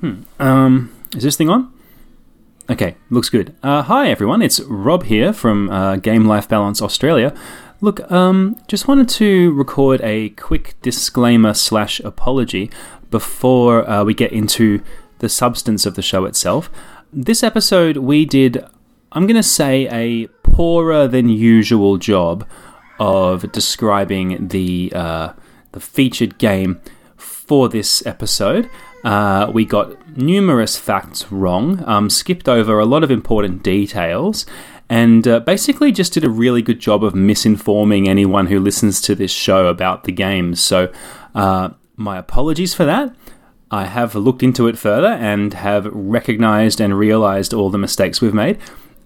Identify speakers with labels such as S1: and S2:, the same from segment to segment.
S1: Hmm. Um, is this thing on? Okay, looks good. Uh, hi everyone, it's Rob here from uh, Game Life Balance Australia. Look, um, just wanted to record a quick disclaimer slash apology before uh, we get into the substance of the show itself. This episode, we did, I'm going to say, a poorer than usual job of describing the uh, the featured game for this episode. Uh, we got numerous facts wrong, um, skipped over a lot of important details, and uh, basically just did a really good job of misinforming anyone who listens to this show about the game. So, uh, my apologies for that. I have looked into it further and have recognized and realized all the mistakes we've made,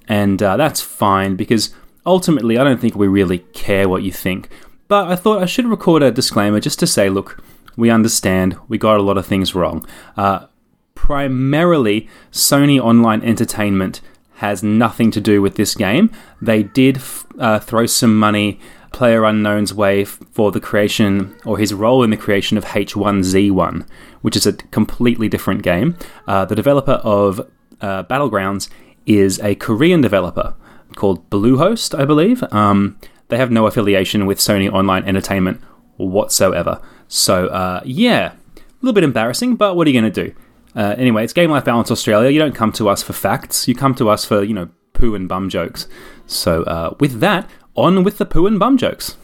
S1: and uh, that's fine because ultimately I don't think we really care what you think. But I thought I should record a disclaimer just to say, look, we understand we got a lot of things wrong. Uh, primarily, Sony Online Entertainment has nothing to do with this game. They did f- uh, throw some money Player Unknown's way f- for the creation or his role in the creation of H1Z1, which is a completely different game. Uh, the developer of uh, Battlegrounds is a Korean developer called Bluehost, I believe. Um, they have no affiliation with Sony Online Entertainment whatsoever. So, uh, yeah, a little bit embarrassing, but what are you going to do? Uh, anyway, it's Game Life Balance Australia. You don't come to us for facts. You come to us for, you know, poo and bum jokes. So, uh, with that, on with the poo and bum jokes.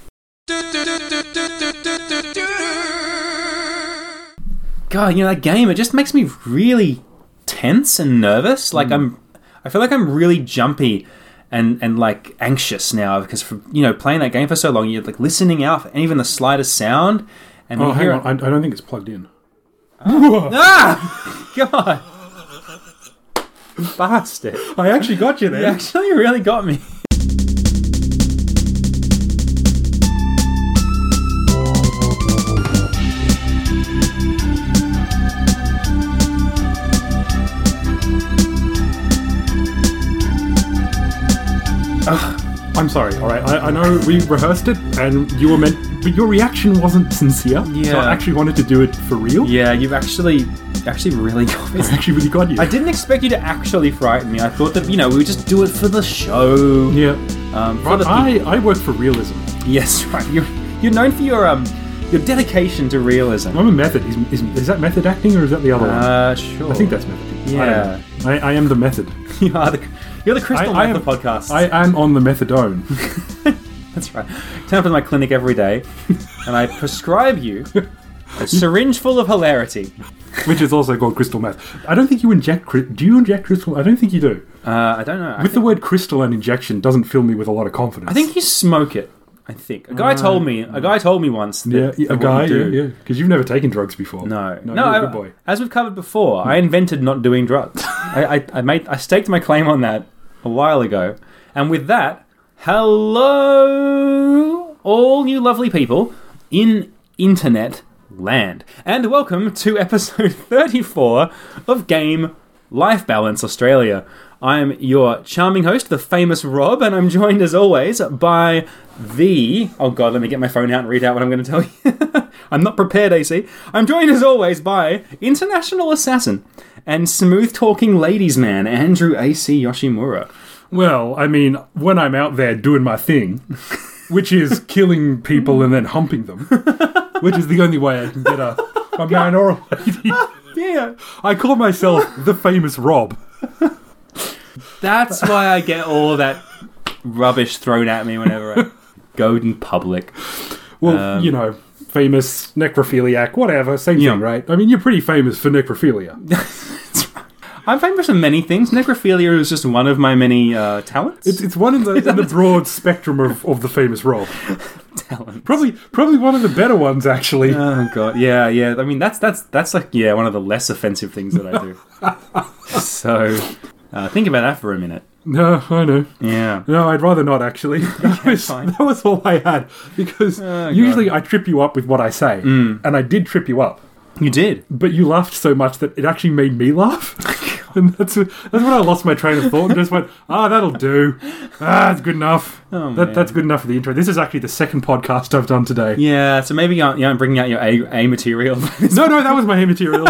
S1: God, you know that game. It just makes me really tense and nervous.
S2: Hmm.
S1: Like I'm, I feel like I'm really jumpy and and like anxious now because for, you know playing that game for so long, you're like listening out for even the slightest sound, and
S2: Oh,
S1: you
S2: hang
S1: hear
S2: on. I, I don't think it's plugged in.
S1: ah, God, bastard!
S2: I actually got you there.
S1: You actually really got me.
S2: I'm sorry. All right. I, I know we rehearsed it, and you were meant, but your reaction wasn't sincere. So
S1: Yeah.
S2: I actually wanted to do it for real.
S1: Yeah, you've actually actually really got me.
S2: I actually really got you.
S1: I didn't expect you to actually frighten me. I thought that you know we would just do it for the show.
S2: Yeah.
S1: Um, for
S2: But
S1: the
S2: I, I work for realism.
S1: Yes, right. You're, you're known for your um your dedication to realism.
S2: I'm a method. Is, is, is that method acting, or is that the other one?
S1: Uh, sure.
S2: I think that's method. I don't
S1: Yeah.
S2: know. I, I am the method.
S1: you are the you're the crystal
S2: I- I
S1: method
S2: am-
S1: podcast.
S2: I am on the methadone.
S1: that's right. Turn up to my clinic every day, and I prescribe you a syringe full of hilarity.
S2: Which is also called crystal meth. I don't think you inject. cry- Do you inject crystal? I don't think you do.
S1: Uh, I don't know. I,
S2: With the word crystal and injection doesn't fill me with a lot of confidence.
S1: I think you smoke it. I think a guy told me. A guy told me once. That,
S2: Yeah,
S1: that
S2: a
S1: what
S2: guy.
S1: you do-
S2: Yeah, yeah. Because you've never taken drugs before.
S1: No,
S2: no,
S1: no.
S2: you're
S1: I,
S2: a good boy.
S1: As we've covered before, I invented not doing drugs. I, I, I made I staked my claim on that a while ago, and with that, hello, all you lovely people in internet land, and welcome to episode thirty-four of Game Life Balance Australia. I'm your charming host, the famous Rob, and I'm joined as always by the. Oh god, let me get my phone out and read out what I'm going to tell you. I'm not prepared, AC. I'm joined as always by international assassin and smooth talking ladies man, Andrew AC Yoshimura.
S2: Well, I mean, when I'm out there doing my thing, which is killing people and then humping them, which is the only way I can get a, a man or a lady.
S1: Yeah.
S2: I call myself the famous Rob.
S1: That's why I get all that rubbish thrown at me whenever I go in public.
S2: Well, you know, famous necrophiliac, whatever, same thing,
S1: Yeah.
S2: right? I mean, you're pretty famous for necrophilia.
S1: I'm famous for many things. Necrophilia is just one of my many uh, talents.
S2: It's, it's one in the, in the broad spectrum of, of the famous Rob.
S1: talent.
S2: Probably, probably one of the better ones, actually.
S1: Oh god, yeah, yeah. I mean, that's that's that's like yeah, one of the less offensive things that I do. so uh, think about that for a minute.
S2: No, I know.
S1: Yeah.
S2: No, I'd rather not actually. That, was,
S1: fine. Oh,
S2: that was all I had because
S1: God. Mm.
S2: usually I trip you up with what I say, and I did trip you up,
S1: You did.
S2: but you laughed so much that it actually made me laugh,
S1: Oh,
S2: and that's that's when I lost my train of thought and just went, "Ah, that'll do. Ah, it's good enough.
S1: Oh,
S2: that,
S1: man.
S2: that's good enough for the intro." This is actually the second podcast I've done today.
S1: Yeah, so maybe you aren't, you aren't bringing out your A, A material.
S2: No, no, that was my A material.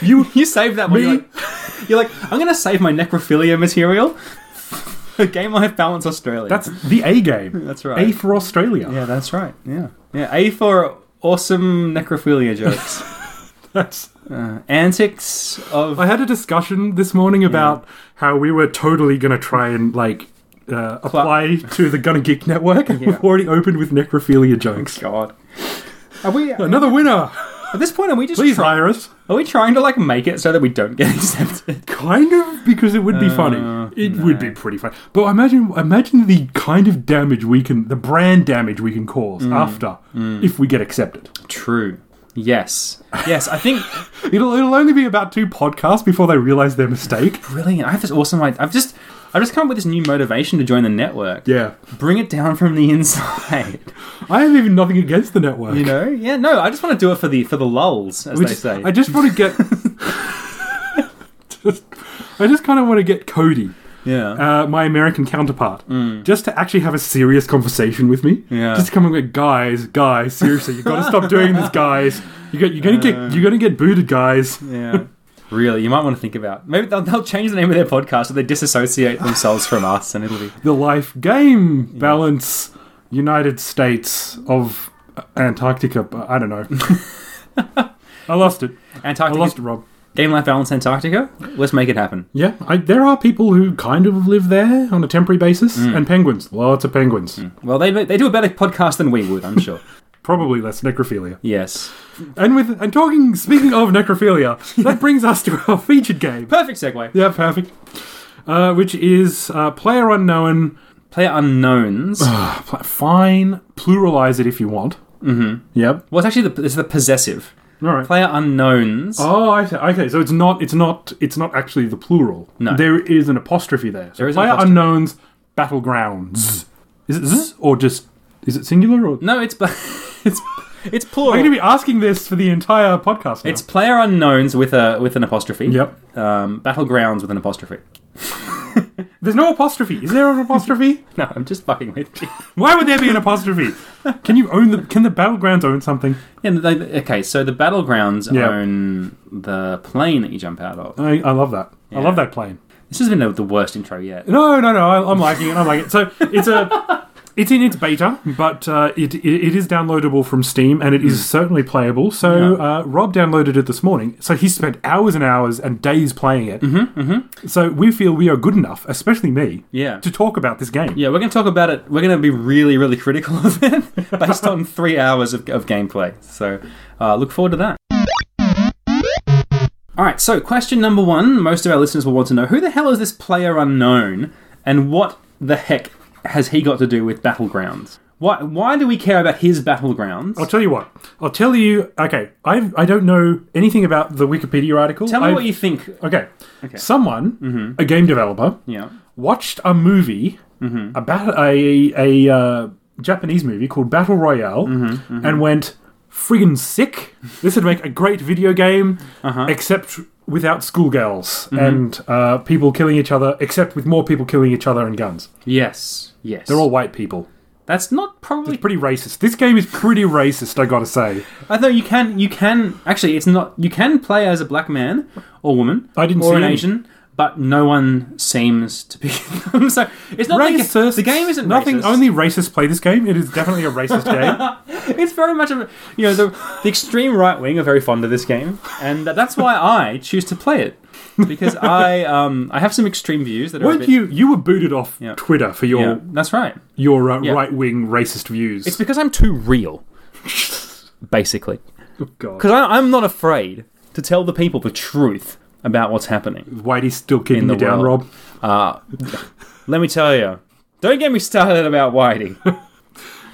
S2: You
S1: You save that one. You're
S2: Me?
S1: like, you're like, I'm going to save my necrophilia material for Game Life Balance Australia.
S2: That's the A game.
S1: that's
S2: A
S1: right.
S2: for Australia.
S1: yeah, that's right. Yeah. Yeah, A for awesome necrophilia jokes.
S2: That's
S1: uh, antics of.
S2: I had a discussion this morning
S1: Hmm.
S2: about how we were totally going to try and like uh, apply to the Gunna Geek Network. and We've already opened with necrophilia jokes.
S1: God. Are we.
S2: Another winner.
S1: At this point, are we just.
S2: Please
S1: try-
S2: hire us.
S1: are we trying to, like, make it so that we don't get accepted?
S2: Kind of because it would be
S1: Uh,
S2: funny. It would be pretty funny. But imagine imagine the kind of damage we can the brand damage we can cause
S1: Mm.
S2: after if we get accepted.
S1: True. Yes. Yes, I think.
S2: It'll it'll only be about two podcasts before they realize their mistake.
S1: Brilliant. I have this awesome idea. I've just. I've just come up with this new motivation to join the network.
S2: Yeah.
S1: Bring it down from the inside.
S2: I have even nothing against the network.
S1: You know? Yeah, no, I just want to do it for the for the lulls, as
S2: We
S1: they
S2: just-
S1: say.
S2: I just want to get. just, I just kind of want to get Cody,
S1: yeah.
S2: uh, my American counterpart, just to actually have a serious conversation with me.
S1: Mm. Yeah.
S2: Just to come and go, guys, guys, seriously, you got to stop doing this, guys. You got, you're gonna get, you're gonna get booted, guys.
S1: yeah. Really, you might want to think about. Maybe they'll, they'll change the name of their podcast so they disassociate themselves from us, and it'll be
S2: The life game balance, United States of Antarctica. but I don't know. I lost it. I
S1: Antarctica
S2: lost it, Rob.
S1: Game Life Balance Antarctica. Let's make it happen.
S2: Yeah, I, there are people who kind of live there on a temporary basis,
S1: Mm.
S2: and penguins, lots of penguins,
S1: Well, they they do a better podcast than we would, I'm sure.
S2: probably less necrophilia.
S1: yes.
S2: And with and talking, speaking of necrophilia, that brings us to our featured game.
S1: Perfect segue.
S2: Yeah, perfect. Uh, which is uh, player unknown.
S1: Player unknowns.
S2: Uh, pl- fine, pluralize it if you want. Mm-hmm. Yep.
S1: well, it's actually the it's the possessive.
S2: All right.
S1: Player unknowns.
S2: Oh, I see. okay. So it's not. It's not. It's not actually the plural.
S1: No.
S2: there is an apostrophe there. So
S1: There is an
S2: player
S1: apostrophe. Mm-hmm.
S2: unknowns battlegrounds. Is it z or just? Is it singular or?
S1: No, it's it's it's
S2: I'm
S1: plural.
S2: going to be asking this for the entire podcast. Now.
S1: it's player unknowns with a with an apostrophe.
S2: Yep.
S1: Um, battlegrounds with an apostrophe.
S2: There's no apostrophe. Is there an apostrophe?
S1: No, I'm just fucking with you.
S2: Why would there be an apostrophe? Can you own the? Can the battlegrounds own something?
S1: Yeah, they, okay, so the battlegrounds
S2: Yeah.
S1: own the plane that you jump out of.
S2: I, I love that. I love that plane.
S1: This has been the, the worst intro yet.
S2: No, no, no. I, I'm liking it. I'm liking it. So it's a. It's in its beta, but uh, it, it it is downloadable from Steam, and it is certainly playable. So uh, Rob downloaded it this morning. So he spent hours and hours and days playing it. Mm-hmm, So we feel we are good enough, especially me,
S1: Yeah.
S2: to talk about this game.
S1: Yeah, we're going to talk about it. We're going to be really, really critical of it based on three hours of, of gameplay. So uh, look forward to that. All right, so question number one most of our listeners will want to know who the hell is this player unknown and what the heck has he got to do with battlegrounds? Why, why do we care about his battlegrounds?
S2: I'll tell you what. I'll tell you. Okay, I I don't know anything about the Wikipedia article.
S1: Tell me
S2: I've-
S1: what you Mm-hmm. think.
S2: Okay. Someone, a game developer,
S1: Yeah.
S2: watched a movie
S1: Mm-hmm.
S2: about a a uh, Japanese movie called Battle Royale,
S1: Mm-hmm.
S2: and went friggin' sick. This would make a great video game,
S1: Uh-huh.
S2: except without schoolgirls
S1: Mm-hmm.
S2: and uh, people killing each other, except with more people killing each other and guns.
S1: Yes. Yes.
S2: They're all white people.
S1: That's not probably
S2: Pretty racist. This game is pretty racist. I gotta say.
S1: Although you can, you can actually, it's not. You can play as a black man or woman.
S2: I didn't
S1: or
S2: see
S1: an
S2: any.
S1: Asian, but no one seems to be them. So it's not like
S2: Racist.
S1: the game isn't
S2: nothing.
S1: racist.
S2: Only racists play this game. It is definitely a racist game.
S1: It's very much of a- you know the, the extreme right wing are very fond of this game, and that- that's why I choose to play it because I um I have some extreme views that are. a
S2: Weren't
S1: bit,
S2: you? You were booted off
S1: Yeah.
S2: Twitter for your
S1: Yeah, that's right.
S2: your uh, right wing racist views.
S1: It's because I'm too real, basically.
S2: oh, God.
S1: Because I'm not afraid to tell the people the truth about what's happening.
S2: Whitey's still kicking
S1: in the
S2: you down,
S1: world.
S2: Rob.
S1: Uh, let me tell you, don't get me started about Whitey.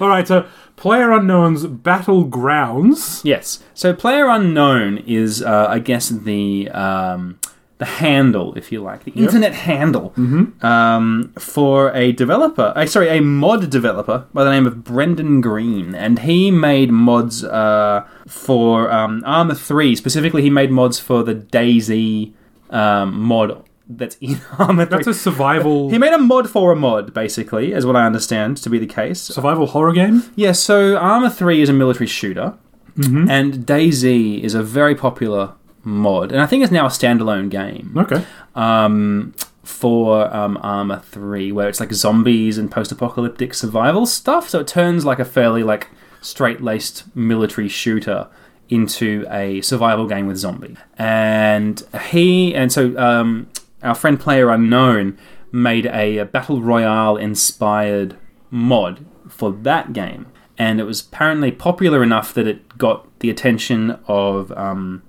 S2: All right. So, player unknown's battlegrounds.
S1: yes. So player unknown is, uh, I guess, the um, the handle, if you like, the internet handle
S2: Mm-hmm.
S1: um, for a developer. Uh, sorry, a mod developer by the name of Brendan Green, and he made mods uh, for um, Armor Three. Specifically, he made mods for the Daisy um, mod. That's in Armor 3.
S2: That's a survival
S1: He made a mod for a mod, basically, is what I understand to be the case.
S2: survival horror game.
S1: Yeah, so Armor 3 is a military shooter, and DayZ is a very popular mod, and I think it's now a standalone game
S2: Okay.
S1: um, for um, Armor Three, where it's like zombies and post-apocalyptic survival stuff. So it turns like a fairly like straight-laced military shooter into a survival game with zombie. And he and so um, our friend Player Unknown made a, a battle royale inspired mod for that game, and it was apparently popular enough that it got the attention of. Um,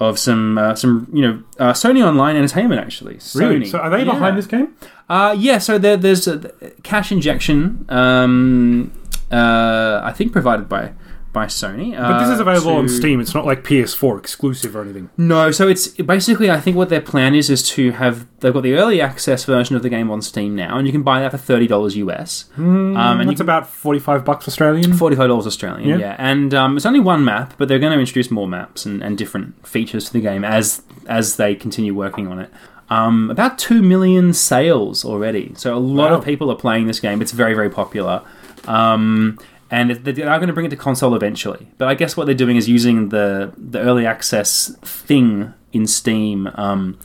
S1: of some uh, some you know uh, Sony Online Entertainment actually. Sony.
S2: Really? So are they
S1: Yeah.
S2: behind this game?
S1: Uh, yeah, so there, there's a cash injection. Um, uh, I think provided by by Sony.
S2: But this
S1: uh,
S2: is available on
S1: to-
S2: Steam. It's not like PS4 exclusive or anything.
S1: No, so it's basically I think what their plan is is to have they've got the early access version of the game on Steam now, and you can buy that for thirty dollars US.
S2: Um,
S1: and
S2: and
S1: you
S2: it's about forty-five bucks Australian.
S1: Forty-five dollars Australian,
S2: Yeah.
S1: yeah. And um, it's only one map, but they're going to introduce more maps and, and different features to the game as as they continue working on it. Um, about two million sales already, so a lot
S2: Wow.
S1: of people are playing this game. It's very very popular, um, and it- they are going to bring it to console eventually. But I guess what they're doing is using the the early access thing in Steam. Um,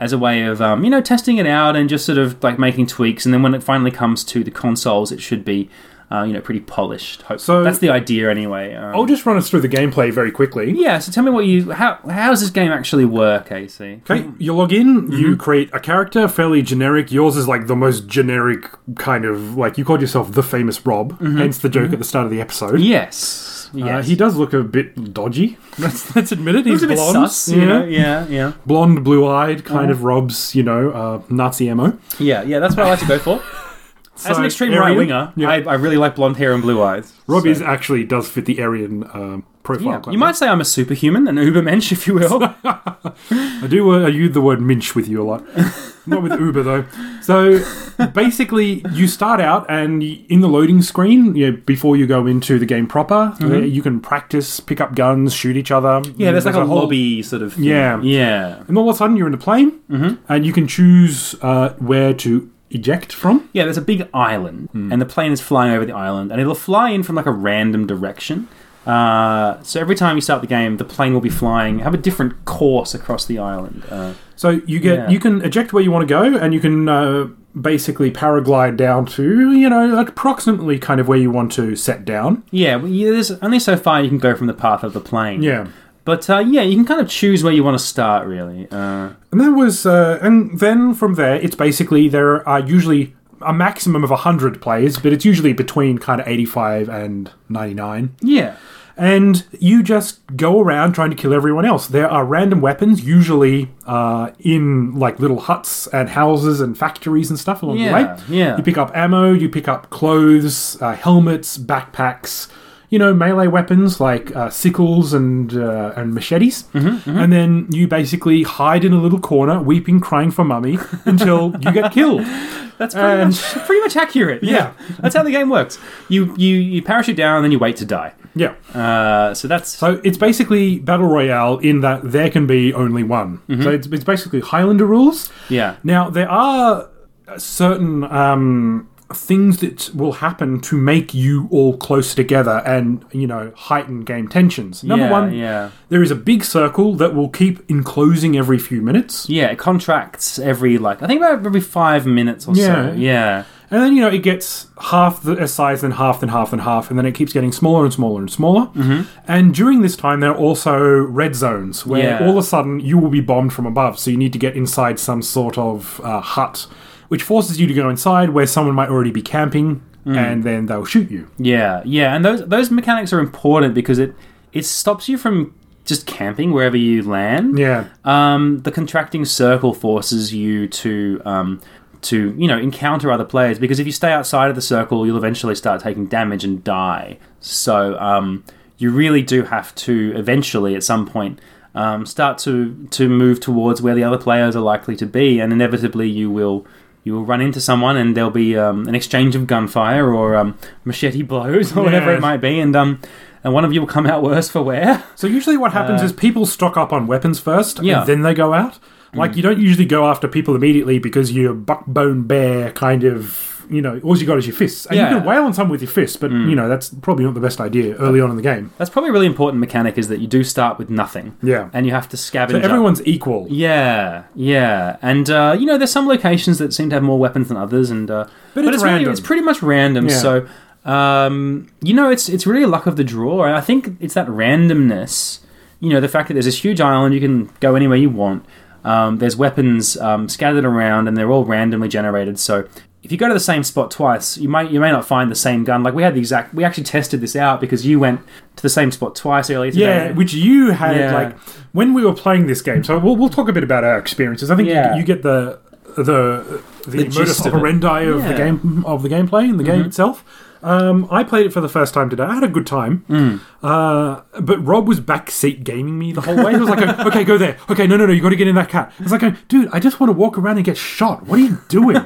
S1: as a way of um, you know testing it out and just sort of like making tweaks, and then when it finally comes to the consoles, it should be uh, you know pretty polished. Hopefully.
S2: So-
S1: that's the idea anyway. Um,
S2: I'll just run us through the gameplay very quickly.
S1: yeah. So tell me what you how how does this game actually work, AC?
S2: Okay, Mm-hmm. you log in,
S1: Mm-hmm.
S2: you create a character, fairly generic. Yours is like the most generic kind of like you called yourself the famous Rob, hence the joke at the start of the episode.
S1: Yes.
S2: Uh,
S1: Mm-hmm. Yes.
S2: he does look a bit dodgy. Let's, let's admit it. He's
S1: Looks a bit
S2: blonde,
S1: sus, you
S2: yeah.
S1: know? Yeah, yeah,
S2: blonde, blue-eyed,
S1: Mm-hmm.
S2: kind of Rob's, you know, uh, Nazi ammo.
S1: yeah, yeah. That's what I like to go for. As
S2: So,
S1: an extreme
S2: Aryan-
S1: right winger,
S2: yeah.
S1: I, I really like blonde hair and blue eyes.
S2: Rob
S1: So,
S2: is actually does fit the Aryan um, profile.
S1: yeah.
S2: quite
S1: You
S2: well.
S1: might say I'm a superhuman, an ubermensch, if you will.
S2: I do uh, I use the word minch with you a lot. Not with Uber though. So basically, you start out and y- in the loading screen, you know, before you go into the game proper, uh, you can practice, pick up guns, shoot each other.
S1: Mm-hmm. yeah, there's like a,
S2: whole-
S1: lobby sort of. Thing.
S2: Yeah.
S1: yeah.
S2: And all of a sudden, you're in a plane,
S1: Mm-hmm.
S2: and you can choose uh, where to eject from.
S1: Yeah, there's a big island,
S2: Hmm.
S1: and the plane is flying over the island, and it'll fly in from like a random direction. Uh, so every time you start the game, the plane will be flying, have a different course across the island. Uh,
S2: So you get
S1: Yeah.
S2: you can eject where you want to go, and you can. Uh, Basically, paraglide down to you know approximately kind of where you want to set down.
S1: yeah, well, yeah, there's only so far you can go from the path of the plane.
S2: Yeah,
S1: but uh, yeah, you can kind of choose where you want to start, really. Uh,
S2: And that was, uh, and then from there, it's basically there are usually a maximum of 100 players, but it's usually between kind of 85 and 99.
S1: yeah,
S2: And you just go around trying to kill everyone else. There are random weapons, usually uh, in like little huts and houses and factories and stuff along
S1: Yeah,
S2: the way.
S1: yeah.
S2: You pick up ammo, you pick up clothes, uh, helmets, backpacks. You know melee weapons like uh, sickles and uh, and machetes,
S1: Mm-hmm,
S2: and then you basically hide in a little corner, weeping, crying for mummy, until you get killed.
S1: that's pretty,
S2: And-
S1: much, pretty much accurate.
S2: Yeah.
S1: that's how the game works. You you you parachute down, and then you wait to die.
S2: Yeah.
S1: Uh, so that's
S2: So it's basically battle royale in that there can be only one.
S1: Mm-hmm.
S2: So it's, it's basically Highlander rules.
S1: yeah.
S2: Now there are certain um, things that will happen to make you all closer together and you know heighten game tensions. Number
S1: Yeah,
S2: one,
S1: yeah.
S2: there is a big circle that will keep enclosing every few minutes,
S1: Yeah, it contracts every like I think about every five minutes or
S2: Yeah.
S1: so. Yeah,
S2: and then you know it gets half the size, then half, then half, then half, and then it keeps getting smaller and smaller and smaller. And during this time, there are also red zones where
S1: Yeah.
S2: all of a sudden you will be bombed from above, so you need to get inside some sort of uh, hut. Which forces you to go inside where someone might already be camping, and then they'll shoot you.
S1: yeah, yeah. And those those mechanics are important because it it stops you from just camping wherever you land.
S2: Yeah.
S1: Um, the contracting circle forces you to um, to you know encounter other players because if you stay outside of the circle, you'll eventually start taking damage and die. So um, you really do have to eventually at some point. Um, start to to move towards where the other players are likely to be, and inevitably you will you will run into someone, and there'll be um, an exchange of gunfire or um, machete blows or whatever
S2: Yes.
S1: it might be, and um, and one of you will come out worse for wear.
S2: So usually what happens is people stock up on weapons first,
S1: Uh, Yeah. Mm.
S2: and then they go out. Like you don't usually go after people immediately because you're buckbone bear kind of you know, all you got is your fists. And
S1: Yeah. Mm.
S2: you can wail on someone with your fists, but you know, that's probably not the best idea early on in the game.
S1: That's probably a really important mechanic is that you do start with nothing.
S2: Yeah.
S1: And you have to scavenge.
S2: So
S1: up-
S2: everyone's equal.
S1: Yeah, yeah, and uh, you know, there's some locations that seem to have more weapons than others, and uh,
S2: But it's
S1: really-
S2: random.
S1: it's pretty much random.
S2: Yeah.
S1: So, um, you know, it's it's really luck of the draw, and I think it's that randomness. You know, the fact that there's this huge island, you can go anywhere you want. Um, there's weapons um, scattered around, and they're all randomly generated. So. If you go to the same spot twice, you might you may not find the same gun. Like we had the exact, we actually tested this out because you went to the same spot twice earlier today.
S2: Yeah, which you had
S1: Yeah.
S2: like when we were playing this game. So we'll, we'll talk a bit about our experiences. I think you-
S1: Yeah.
S2: you, get the the the, modus
S1: gist of it.
S2: operandi of,
S1: Yeah. Mm-hmm.
S2: the game of the gameplay and the game itself. Um, I played it for the first time today. I had a good time,
S1: Mm.
S2: uh, but Rob was backseat gaming me the whole way. He was like, "Okay, go there. Okay, no, no, no, you got to get in that cat." It's like, "Dude, I just want to walk around and get shot. What are you doing?"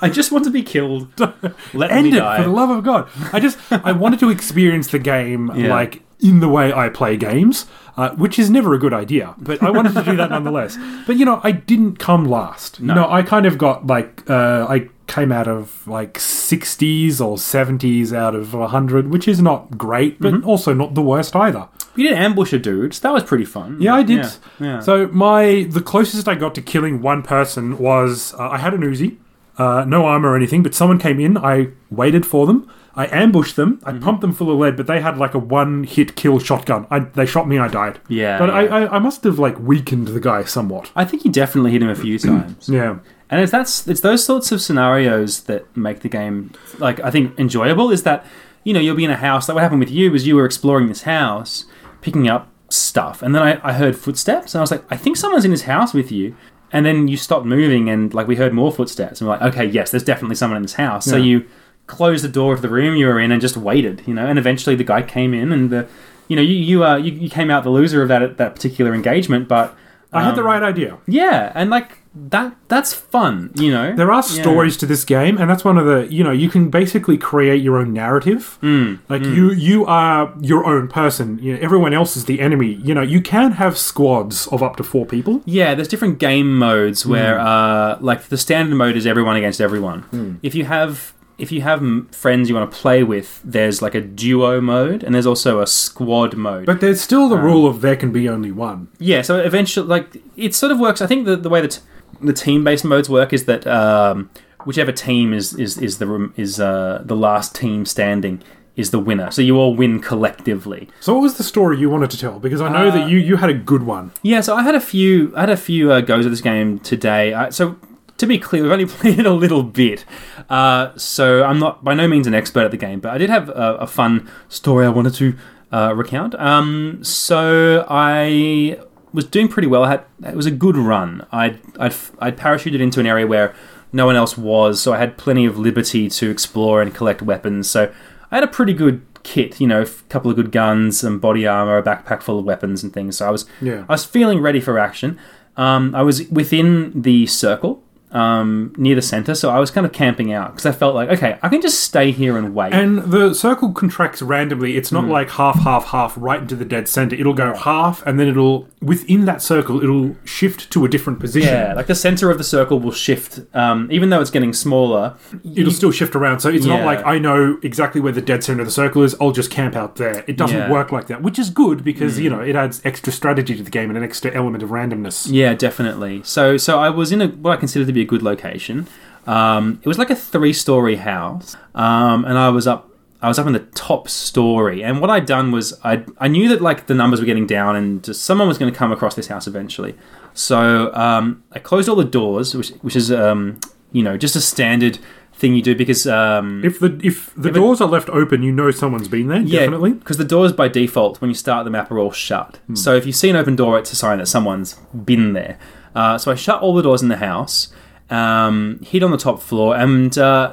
S1: I just want to be killed. Let
S2: end
S1: me
S2: it
S1: die.
S2: for the love of God. I just I wanted to experience the game
S1: Yeah.
S2: like in the way I play games, uh, which is never a good idea, but I wanted to do that nonetheless. But you know, I didn't come last. No, I kind of got like uh, I came out of like 60s or 70s out of 100, which is not great, but
S1: Mm-hmm.
S2: also not the worst either.
S1: You did ambush a dude. So that was pretty fun.
S2: Yeah, I did.
S1: Yeah. yeah.
S2: So my the closest I got to killing one person was uh, I had an Uzi, uh, no armor or anything, but someone came in. I waited for them. I ambushed them.
S1: Mm-hmm.
S2: I pumped them full of lead, but they had like a one hit kill shotgun. I, they shot me. I died.
S1: Yeah,
S2: but
S1: yeah.
S2: I, I I must have like weakened the guy somewhat.
S1: I think you definitely hit him a few times.
S2: Yeah.
S1: And it's that's it's those sorts of scenarios that make the game like I think enjoyable is that you know you'll be in a house like what happened with you is you were exploring this house picking up stuff and then I, I heard footsteps and I was like I think someone's in his house with you and then you stopped moving and like we heard more footsteps and we're like okay yes there's definitely someone in this house so
S2: Yeah.
S1: you closed the door of the room you were in and just waited you know and eventually the guy came in and the you know you you uh, you, you came out the loser of that that particular engagement but
S2: I had the
S1: um,
S2: right idea.
S1: yeah, and like that that's fun, you know.
S2: There are
S1: Yeah.
S2: stories to this game, and that's one of the you know you can basically create your own narrative.
S1: Hmm.
S2: like you you are your own person. You know, everyone else is the enemy. You know you can have squads of up to four people.
S1: Yeah, there's different game modes where
S2: Hmm.
S1: uh like the standard mode is everyone against everyone. If you have if you have mm, friends you want to play with, there's like a duo mode and there's also a squad mode.
S2: But there's still the rule of there can be only one.
S1: yeah, so eventually, like it sort of works. I think the, the way that the team based modes work is that um, whichever team is is is the room is uh, the last team standing is the winner. So you all win collectively.
S2: So what was the story you wanted to tell? Because I
S1: Uh.
S2: know that you you had a good one.
S1: Yeah, so I had a few, I had a few uh, goes at this game today. I, so to be clear, we've only played it a little bit, uh, so I'm not by no means an expert at the game, but I did have a, a fun story I wanted to uh, recount. Um, so I was doing pretty well. I had it was a good run. I'd I'd, I'd parachuted into an area where no one else was, so I had plenty of liberty to explore and collect weapons. So I had a pretty good kit, you know, a couple of good guns, some body armor, a backpack full of weapons and things. So I was
S2: Yeah.
S1: I was feeling ready for action. Um, I was within the circle um, near the center, so I was kind of camping out because I felt like, okay, I can just stay here and wait.
S2: And the circle contracts randomly. It's
S1: Hmm.
S2: not like half, half, half, right into the dead center. It'll go half, and then it'll within that circle, it'll shift to a different position.
S1: yeah, like the center of the circle will shift, um, even though it's getting smaller.
S2: It'll still shift around, so it's
S1: Yeah.
S2: not like I know exactly where the dead center of the circle is. I'll just camp out there. It doesn't
S1: Yeah. Mm.
S2: work like that, which is good because you know it adds extra strategy to the game and an extra element of randomness.
S1: Yeah, definitely. So, so I was in a what I consider to be a good location. Um, it was like a three-story house, um, and I was up. I was up in the top story, and what I'd done was I I knew that like the numbers were getting down, and just someone was going to come across this house eventually. So um, I closed all the doors, which which is um, you know just a standard thing you do because um,
S2: If the if the doors are left open, you know someone's been there. Definitely. Hmm.
S1: because the doors by default when you start the map are all shut. So if you see an open door, it's a sign that someone's been there. Uh, so I shut all the doors in the house, um, hid on the top floor, and uh,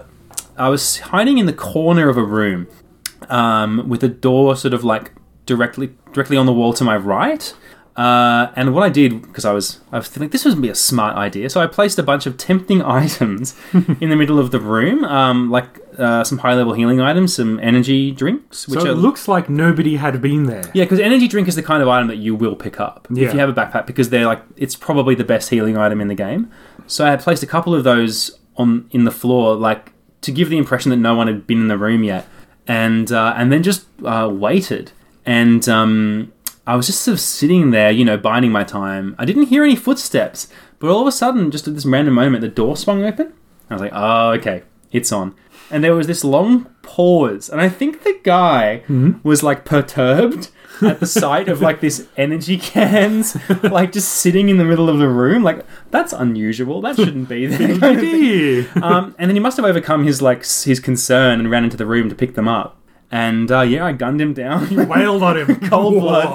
S1: I was hiding in the corner of a room um, with a door sort of like directly directly on the wall to my right. Uh, and what I did because I was I was thinking this would be a smart idea, so I placed a bunch of tempting items in the middle of the room, um, like uh, some high level healing items, some energy drinks, which
S2: So
S1: are
S2: it looks like nobody had been there.
S1: yeah, because energy drink is the kind of item that you will pick up
S2: Yeah.
S1: if you have a backpack because they're like it's probably the best healing item in the game. So I had placed a couple of those on in the floor, like to give the impression that no one had been in the room yet, and uh, and then just uh, waited. And um, I was just sort of sitting there, you know, biding my time. I didn't hear any footsteps, but all of a sudden, just at this random moment, the door swung open. I was like, oh, okay, it's on. And there was this long pause, and I think the guy
S2: Hmm?
S1: was like perturbed at the sight of like this energy cans, like just sitting in the middle of the room. Like that's unusual. That shouldn't be there. kind of thing
S2: Hey.
S1: um, and then he must have overcome his like s- his concern and ran into the room to pick them up. And uh, yeah, I gunned him down.
S2: Wailed on him.
S1: Cold blood.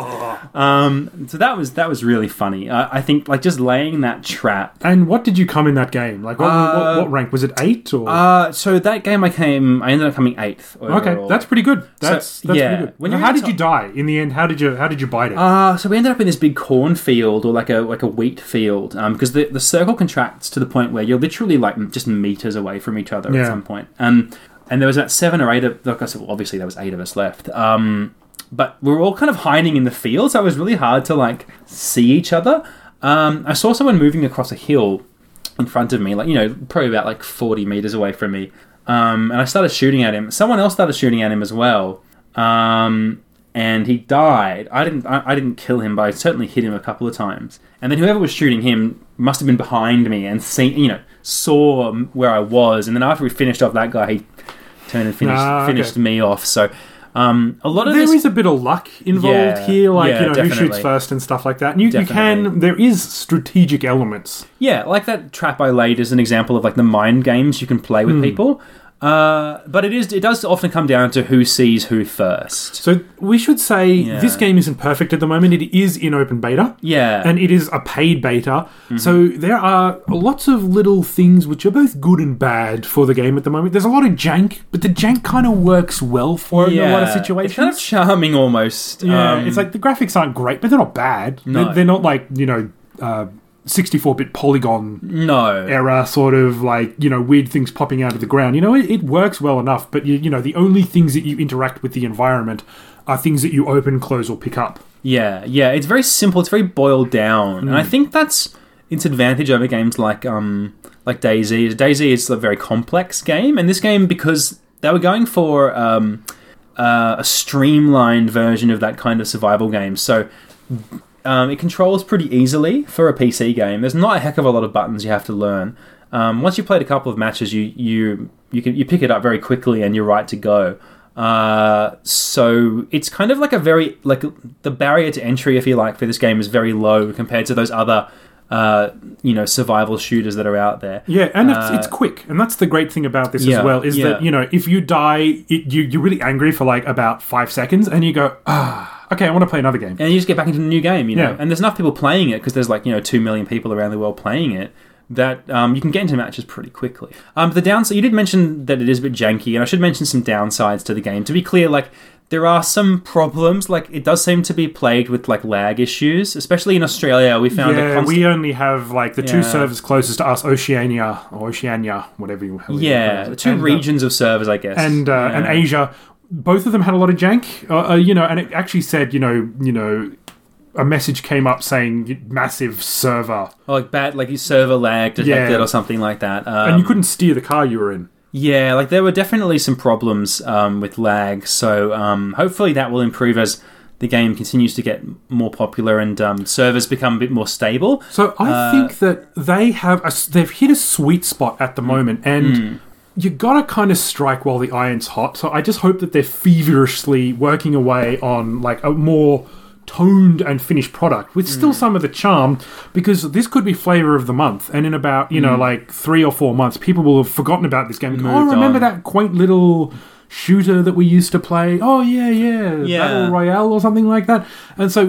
S2: Whoa.
S1: um, so that was that was really funny. Uh, I think like just laying that trap.
S2: And what did you come in that game? Like, what,
S1: Uh,
S2: what, what rank was it? Eight or
S1: Uh, so that game I came, I ended up coming eighth.
S2: okay?
S1: overall.
S2: That's pretty good. That's, that's
S1: yeah.
S2: pretty good.
S1: When
S2: Now,
S1: you're
S2: how
S1: in
S2: did
S1: the
S2: you die in the end? How did you how did you bite it?
S1: Uh, so we ended up in this big cornfield or like a like a wheat field because the, the circle contracts to the point where you're literally like m- just meters away from each other at
S2: Yeah.
S1: some point. Um, and there was about seven or eight of like I said, well, obviously there was eight of us left. Um, but we were all kind of hiding in the field, so it was really hard to like see each other. Um, I saw someone moving across a hill in front of me, like you know, probably about like forty meters away from me. Um, and I started shooting at him. Someone else started shooting at him as well, um, and he died. I didn't. I, I didn't kill him, but I certainly hit him a couple of times. And then whoever was shooting him must have been behind me and seen, you know, saw um, where I was. And then after we finished off that guy, he turned and finished
S2: Ah, okay.
S1: finished me off. So um, a lot of
S2: there
S1: this
S2: is a bit of luck involved
S1: Yeah.
S2: here, like
S1: Yeah,
S2: you know who shoots
S1: definitely.
S2: first and stuff like that. And you, you
S1: Definitely.
S2: can there is strategic elements.
S1: Yeah, like that trap I laid is an example of like the mind games you can play
S2: Hmm.
S1: with people. Uh, but it is it does often come down to who sees who first.
S2: So we should say this
S1: Yeah.
S2: game isn't perfect at the moment. It is in open beta.
S1: Yeah.
S2: And it is a paid beta.
S1: Mm-hmm.
S2: So there are lots of little things which are both good and bad for the game at the moment. There's a lot of jank, but the jank kind of works well for it
S1: yeah.
S2: in a lot of
S1: It's kind
S2: situations.
S1: of charming almost.
S2: yeah,
S1: Um,
S2: it's like the graphics aren't great, but they're not bad.
S1: No.
S2: They're, they're not like, you know, uh, 64-bit polygon
S1: no.
S2: era sort of like, you know, weird things popping out of the ground. You know, it, it works well enough, but you, you know, the only things that you interact with the environment are things that you open, close or pick up.
S1: Yeah, yeah. It's very simple. It's very boiled down, and I think that's its advantage over games like um like Daisy. Daisy is a very complex game, and this game because they were going for um uh, a streamlined version of that kind of survival game. So. Um, it controls pretty easily for a PC game. There's not a heck of a lot of buttons you have to learn. Um, once you played a couple of matches, you you you can you pick it up very quickly and you're right to go. Uh, so it's kind of like a very like the barrier to entry, if you like, for this game is very low compared to those other uh, you know survival shooters that are out there.
S2: Yeah, and it's,
S1: Uh,
S2: it's quick, and that's the great thing about this
S1: Yeah,
S2: as well is
S1: yeah.
S2: that you know if you die, it, you you're really angry for like about five seconds, and you go, ah, okay, I want to play another game.
S1: and you just get back into the new game, you know.
S2: Yeah.
S1: And there's enough people playing it because there's like you know two million people around the world playing it that um, you can get into matches pretty quickly. Um, the downside you did mention that it is a bit janky, and I should mention some downsides to the game. To be clear, like there are some problems. Like it does seem to be plagued with like lag issues, especially in Australia. We found a
S2: Yeah,
S1: constant
S2: we only have like the
S1: Yeah.
S2: two servers closest to us, Oceania or Oceania, whatever you. however you
S1: yeah
S2: pronounce it.
S1: two
S2: And, uh,
S1: regions of servers, I guess,
S2: and uh, and
S1: Yeah.
S2: Asia. Both of them had a lot of jank, uh, uh, you know, and it actually said, you know, you know, a message came up saying massive server,
S1: or like bad like your server lag detected
S2: Yeah.
S1: or something like that. Um,
S2: and you couldn't steer the car you were in.
S1: Yeah, like there were definitely some problems um, with lag, so um, hopefully that will improve as the game continues to get more popular and um, servers become a bit more stable.
S2: So I
S1: Uh,
S2: think that they have a, they've hit a sweet spot at the moment, and
S1: hmm.
S2: you gotta kind of strike while the iron's hot. So I just hope that they're feverishly working away on like a more toned and finished product with still
S1: Hmm.
S2: some of the charm because this could be flavor of the month and in about you know like three or four months people will have forgotten about this game oh
S1: Hmm. Moved
S2: remember
S1: on.
S2: that quaint little shooter that we used to play oh yeah yeah
S1: Yeah.
S2: battle royale or something like that and so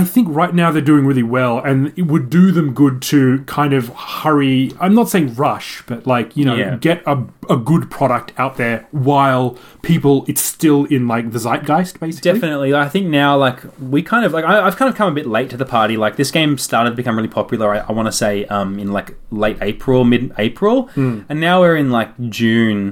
S2: I think right now they're doing really well, and it would do them good to kind of hurry. I'm not saying rush, but like you know,
S1: Yeah.
S2: get a, a good product out there while people it's still in like the zeitgeist, basically.
S1: Definitely, I think now like we kind of like I, I've kind of come a bit late to the party. Like this game started to become really popular. I, I want to say um, in like late April, mid April, and now we're in like June.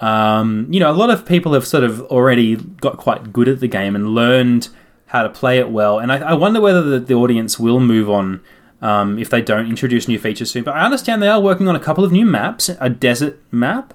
S1: Um, you know, a lot of people have sort of already got quite good at the game and learned how to play it well. And I, I wonder whether the, the audience will move on um,
S2: Hmm.
S1: if they don't introduce new features soon. But I understand they are working on a couple of new maps, a desert map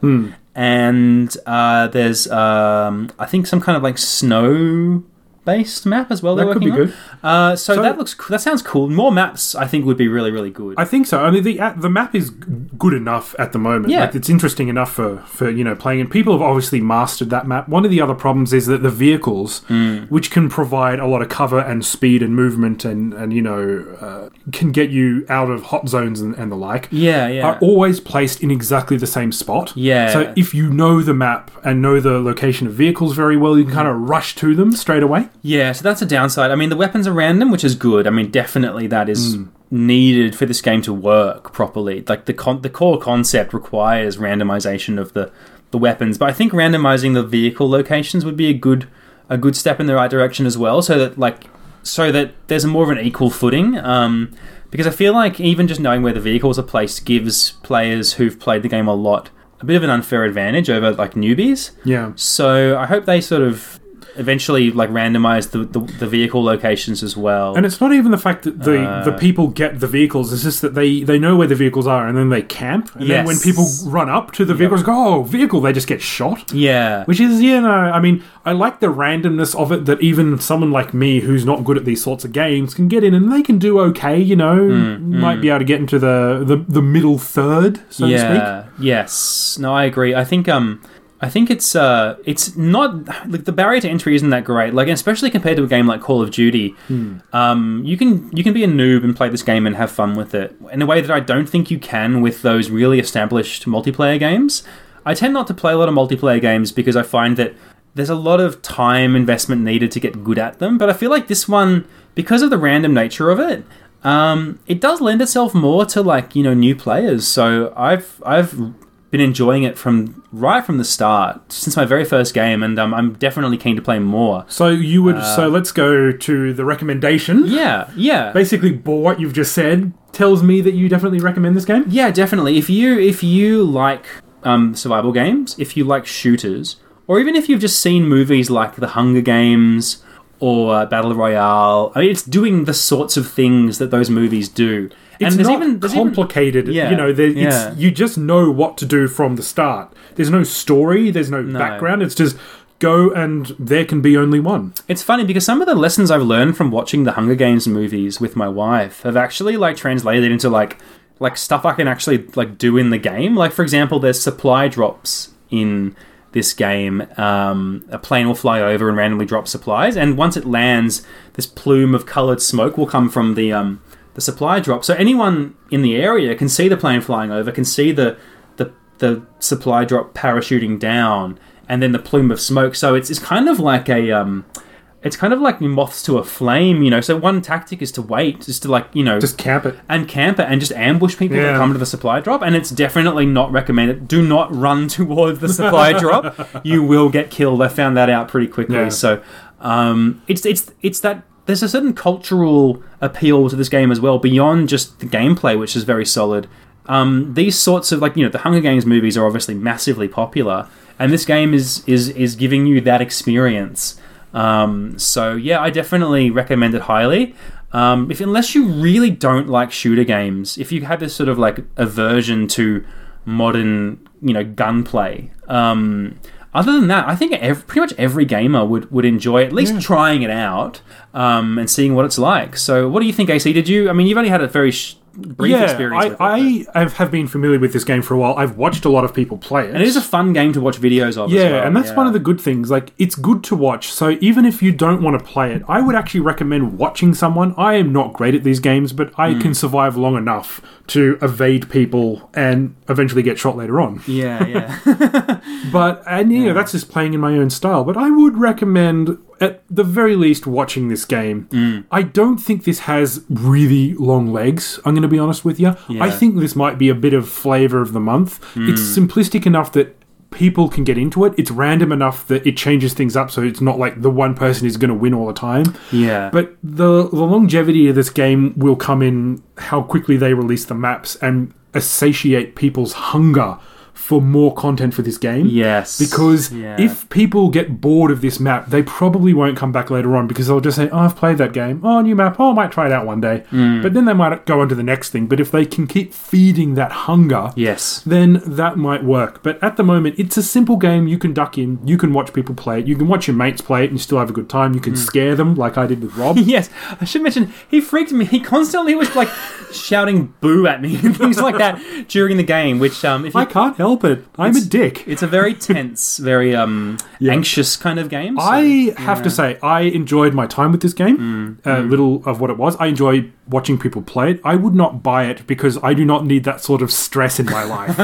S1: and uh, there's um, I think some kind of like snow based map as well.
S2: That
S1: they're
S2: could be
S1: working on.
S2: good.
S1: Uh, so,
S2: So-
S1: that looks cool. that sounds cool. More maps I think would be really really good.
S2: I think so. I mean, the uh, the map is g- good enough at the moment.
S1: Yeah.
S2: like, it's interesting enough for for you know playing. And people have obviously mastered that map. One of the other problems is that the vehicles,
S1: Mm.
S2: which can provide a lot of cover and speed and movement and and you know uh, can get you out of hot zones and, and the like.
S1: yeah, yeah.
S2: Are always placed in exactly the same spot.
S1: Yeah.
S2: So if you know the map and know the location of vehicles very well, you can kind of rush to them straight away.
S1: Yeah, so that's a downside. I mean, the weapons are random, which is good. I mean, definitely that is needed for this game to work properly. Like the con- the core concept requires randomization of the the weapons, but I think randomizing the vehicle locations would be a good a good step in the right direction as well, so that like so that there's more of an equal footing. Um, because I feel like even just knowing where the vehicles are placed gives players who've played the game a lot a bit of an unfair advantage over like newbies.
S2: Yeah.
S1: So I hope they sort of eventually like randomize the, the, the vehicle locations as well.
S2: And it's not even the fact that the,
S1: Uh,
S2: the people get the vehicles. It's just that they, they know where the vehicles are and then they camp. And then when
S1: Yes.
S2: people run up to the vehicles, go, oh, vehicle, they just get shot.
S1: yeah.
S2: Which is, you know, I mean, I like the randomness of it that even someone like me who's not good at these sorts of games can get in and they can do okay, you know,
S1: Mm,
S2: might be able to get into the, the, the middle third, so to speak.
S1: yeah. Yes. No, I agree. I think um I think it's uh it's not like the barrier to entry isn't that great. Like especially compared to a game like Call of Duty.
S2: Hmm.
S1: Um you can you can be a noob and play this game and have fun with it in a way that I don't think you can with those really established multiplayer games. I tend not to play a lot of multiplayer games because I find that there's a lot of time investment needed to get good at them, but I feel like this one because of the random nature of it, um, it does lend itself more to like you know new players. So I've I've been enjoying it from right from the start since my very first game, and um, I'm definitely keen to play more.
S2: So you would,
S1: Uh.
S2: so let's go to the recommendation.
S1: Yeah, yeah.
S2: Basically, what you've just said tells me that you definitely recommend this game.
S1: Yeah, definitely. If you if you like um, survival games, if you like shooters, or even if you've just seen movies like The Hunger Games or uh, Battle Royale, I mean, it's doing the sorts of things that those movies do.
S2: it's
S1: and there's
S2: not
S1: even there's even-
S2: complicated.
S1: Yeah,
S2: you know, there,
S1: yeah.
S2: it's, you just know what to do from the start. There's no story. There's no, background. It's just go and there can be only one.
S1: It's funny because some of the lessons I've learned from watching the Hunger Games movies with my wife have actually like translated into like like stuff I can actually like do in the game. Like for example, there's supply drops in this game. Um, a plane will fly over and randomly drop supplies, and once it lands, this plume of colored smoke will come from the um, the supply drop. So anyone in the area can see the plane flying over, can see the the the supply drop parachuting down and then the plume of smoke so it's, it's kind of like a um it's kind of like moths to a flame you know so one tactic is to wait is to like you know
S2: Just camp it.
S1: and camper and just ambush people that
S2: Yeah.
S1: come to the supply drop and it's definitely not recommended do not run towards the supply drop you will get killed i found that out pretty quickly
S2: Yeah.
S1: so um, it's it's it's that there's a certain cultural appeal to this game as well beyond just the gameplay which is very solid um, these sorts of like you know the hunger games movies are obviously massively popular and this game is is is giving you that experience um, so yeah, I definitely recommend it highly. Um, if unless you really don't like shooter games, if you have this sort of like aversion to modern, you know, gunplay. Um, other than that, I think ev- pretty much every gamer would, would enjoy at least trying it out um, and seeing what it's like. So, what do you think, AC? Did you? I mean, you've only had a very sh- brief
S2: yeah,
S1: experience. with it,
S2: I,
S1: but-
S2: I have, have been familiar with this game for a while. I've watched a lot of people play it.
S1: and it is a fun game to watch videos of. as
S2: yeah,
S1: well,
S2: and that's
S1: yeah.
S2: one of the good things. Like, it's good to watch. So, even if you don't want to play it, I would actually recommend watching someone. I am not great at these games, but I
S1: Hmm.
S2: can survive long enough to evade people and eventually get shot later on.
S1: Yeah, yeah,
S2: But and you know that's just playing in my own style. But I would recommend at the very least watching this game. I don't think this has really long legs. I'm going to be honest with you.
S1: Yeah.
S2: I think this might be a bit of flavor of the month. It's simplistic enough that people can get into it. It's random enough that it changes things up, so it's not like the one person is going to win all the time.
S1: yeah.
S2: But the the longevity of this game will come in how quickly they release the maps and satiate people's hunger for more content for this game.
S1: Yes.
S2: Because
S1: Yeah.
S2: if people get bored of this map, they probably won't come back later on because they'll just say, "Oh, I've played that game. Oh, new map. Oh, I might try it out one day." But then they might go on to the next thing. But if they can keep feeding that hunger,
S1: Yes.
S2: then that might work. But at the moment, it's a simple game. You can duck in. You can watch people play it. You can watch your mates play it, and you still have a good time. You can scare them, like I did with Rob.
S1: Yes, I should mention he freaked me. He constantly was like shouting "boo" at me and things like that during the game. Which, um, if you,
S2: I can't help it. I'm a
S1: It's-
S2: dick.
S1: it's a very tense, very um,
S2: Yeah.
S1: anxious kind of game. so-
S2: I have to say, I enjoyed my time with this game. A little of what it was. I enjoy watching people play it. I would not buy it because I do not need that sort of stress in my life.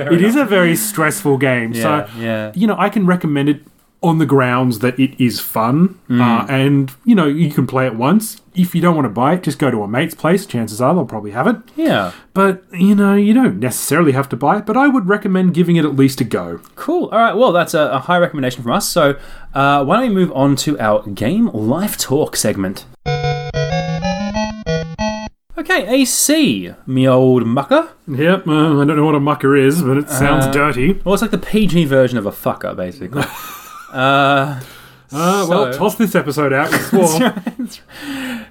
S2: It is a very stressful game.
S1: yeah,
S2: so,
S1: yeah.
S2: you know, I can recommend it on the grounds that it is fun. Uh, and, you know, you can play it once. If you don't want to buy it, just go to a mate's place. Chances are they'll probably have it.
S1: Yeah,
S2: But, you know, you don't necessarily have to buy it. But I would recommend giving it at least a go.
S1: cool. All right, well, that's a, a high recommendation from us. So, uh, why don't we move on to our game life talk segment? Okay, AC, me old mucker.
S2: Yep, uh, I don't know what a mucker is, but it sounds
S1: Uh,
S2: dirty.
S1: Well, it's like the PG version of a fucker, basically. uh,
S2: Uh, well,
S1: So-
S2: toss this episode out with Swarm.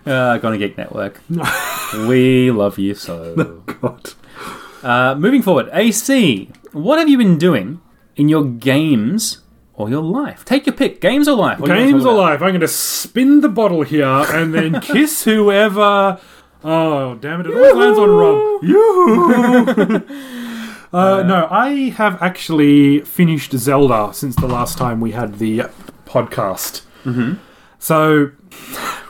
S1: uh, Gonna Geek Network. we love you so.
S2: God.
S1: Uh, moving forward, AC, what have you been doing in your games or your life? Take your pick, games or life. What do you wanna
S2: Games
S1: talk about?
S2: alive. I'm going to spin the bottle here and then kiss whoever. Oh, damn it. It all lands on Rob. Yoo-hoo. uh, no, I have actually finished Zelda since the last time we had the podcast. Mm-hmm. So,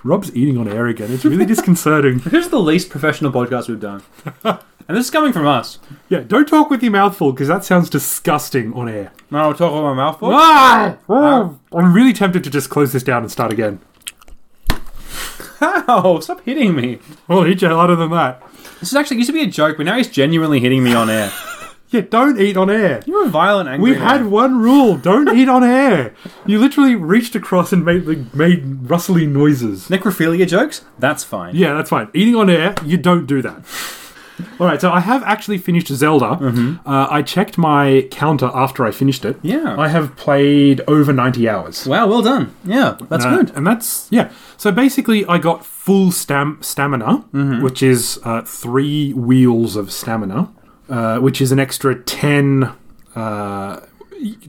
S2: Rob's eating on air again. It's really disconcerting.
S1: Here's the least professional podcast we've done. and this is coming from us.
S2: Yeah, don't talk with your mouth full because that sounds disgusting on air.
S1: No, I'll talk with my mouth full.
S2: Ah! I'm really tempted to just close this down and start again.
S1: Ow, stop hitting me.
S2: Well, eat you harder Oh, than that.
S1: This is actually used to be a joke, but now he's genuinely hitting me on air.
S2: Yeah, don't eat on air.
S1: You're a violent, angry
S2: We had
S1: man.
S2: one rule: don't eat on air. You literally reached across and made like, made rustling noises.
S1: necrophilia jokes? That's fine.
S2: Yeah, that's fine. Eating on air, you don't do that. All right, so I have actually finished Zelda. Uh, I checked my counter after I finished it.
S1: Yeah.
S2: I have played over ninety hours.
S1: Wow, well done. Yeah, that's
S2: Uh,
S1: good.
S2: And that's yeah. So basically, I got full stam- stamina,
S1: Mm-hmm.
S2: which is uh, three wheels of stamina, uh, which is an extra ten. Uh,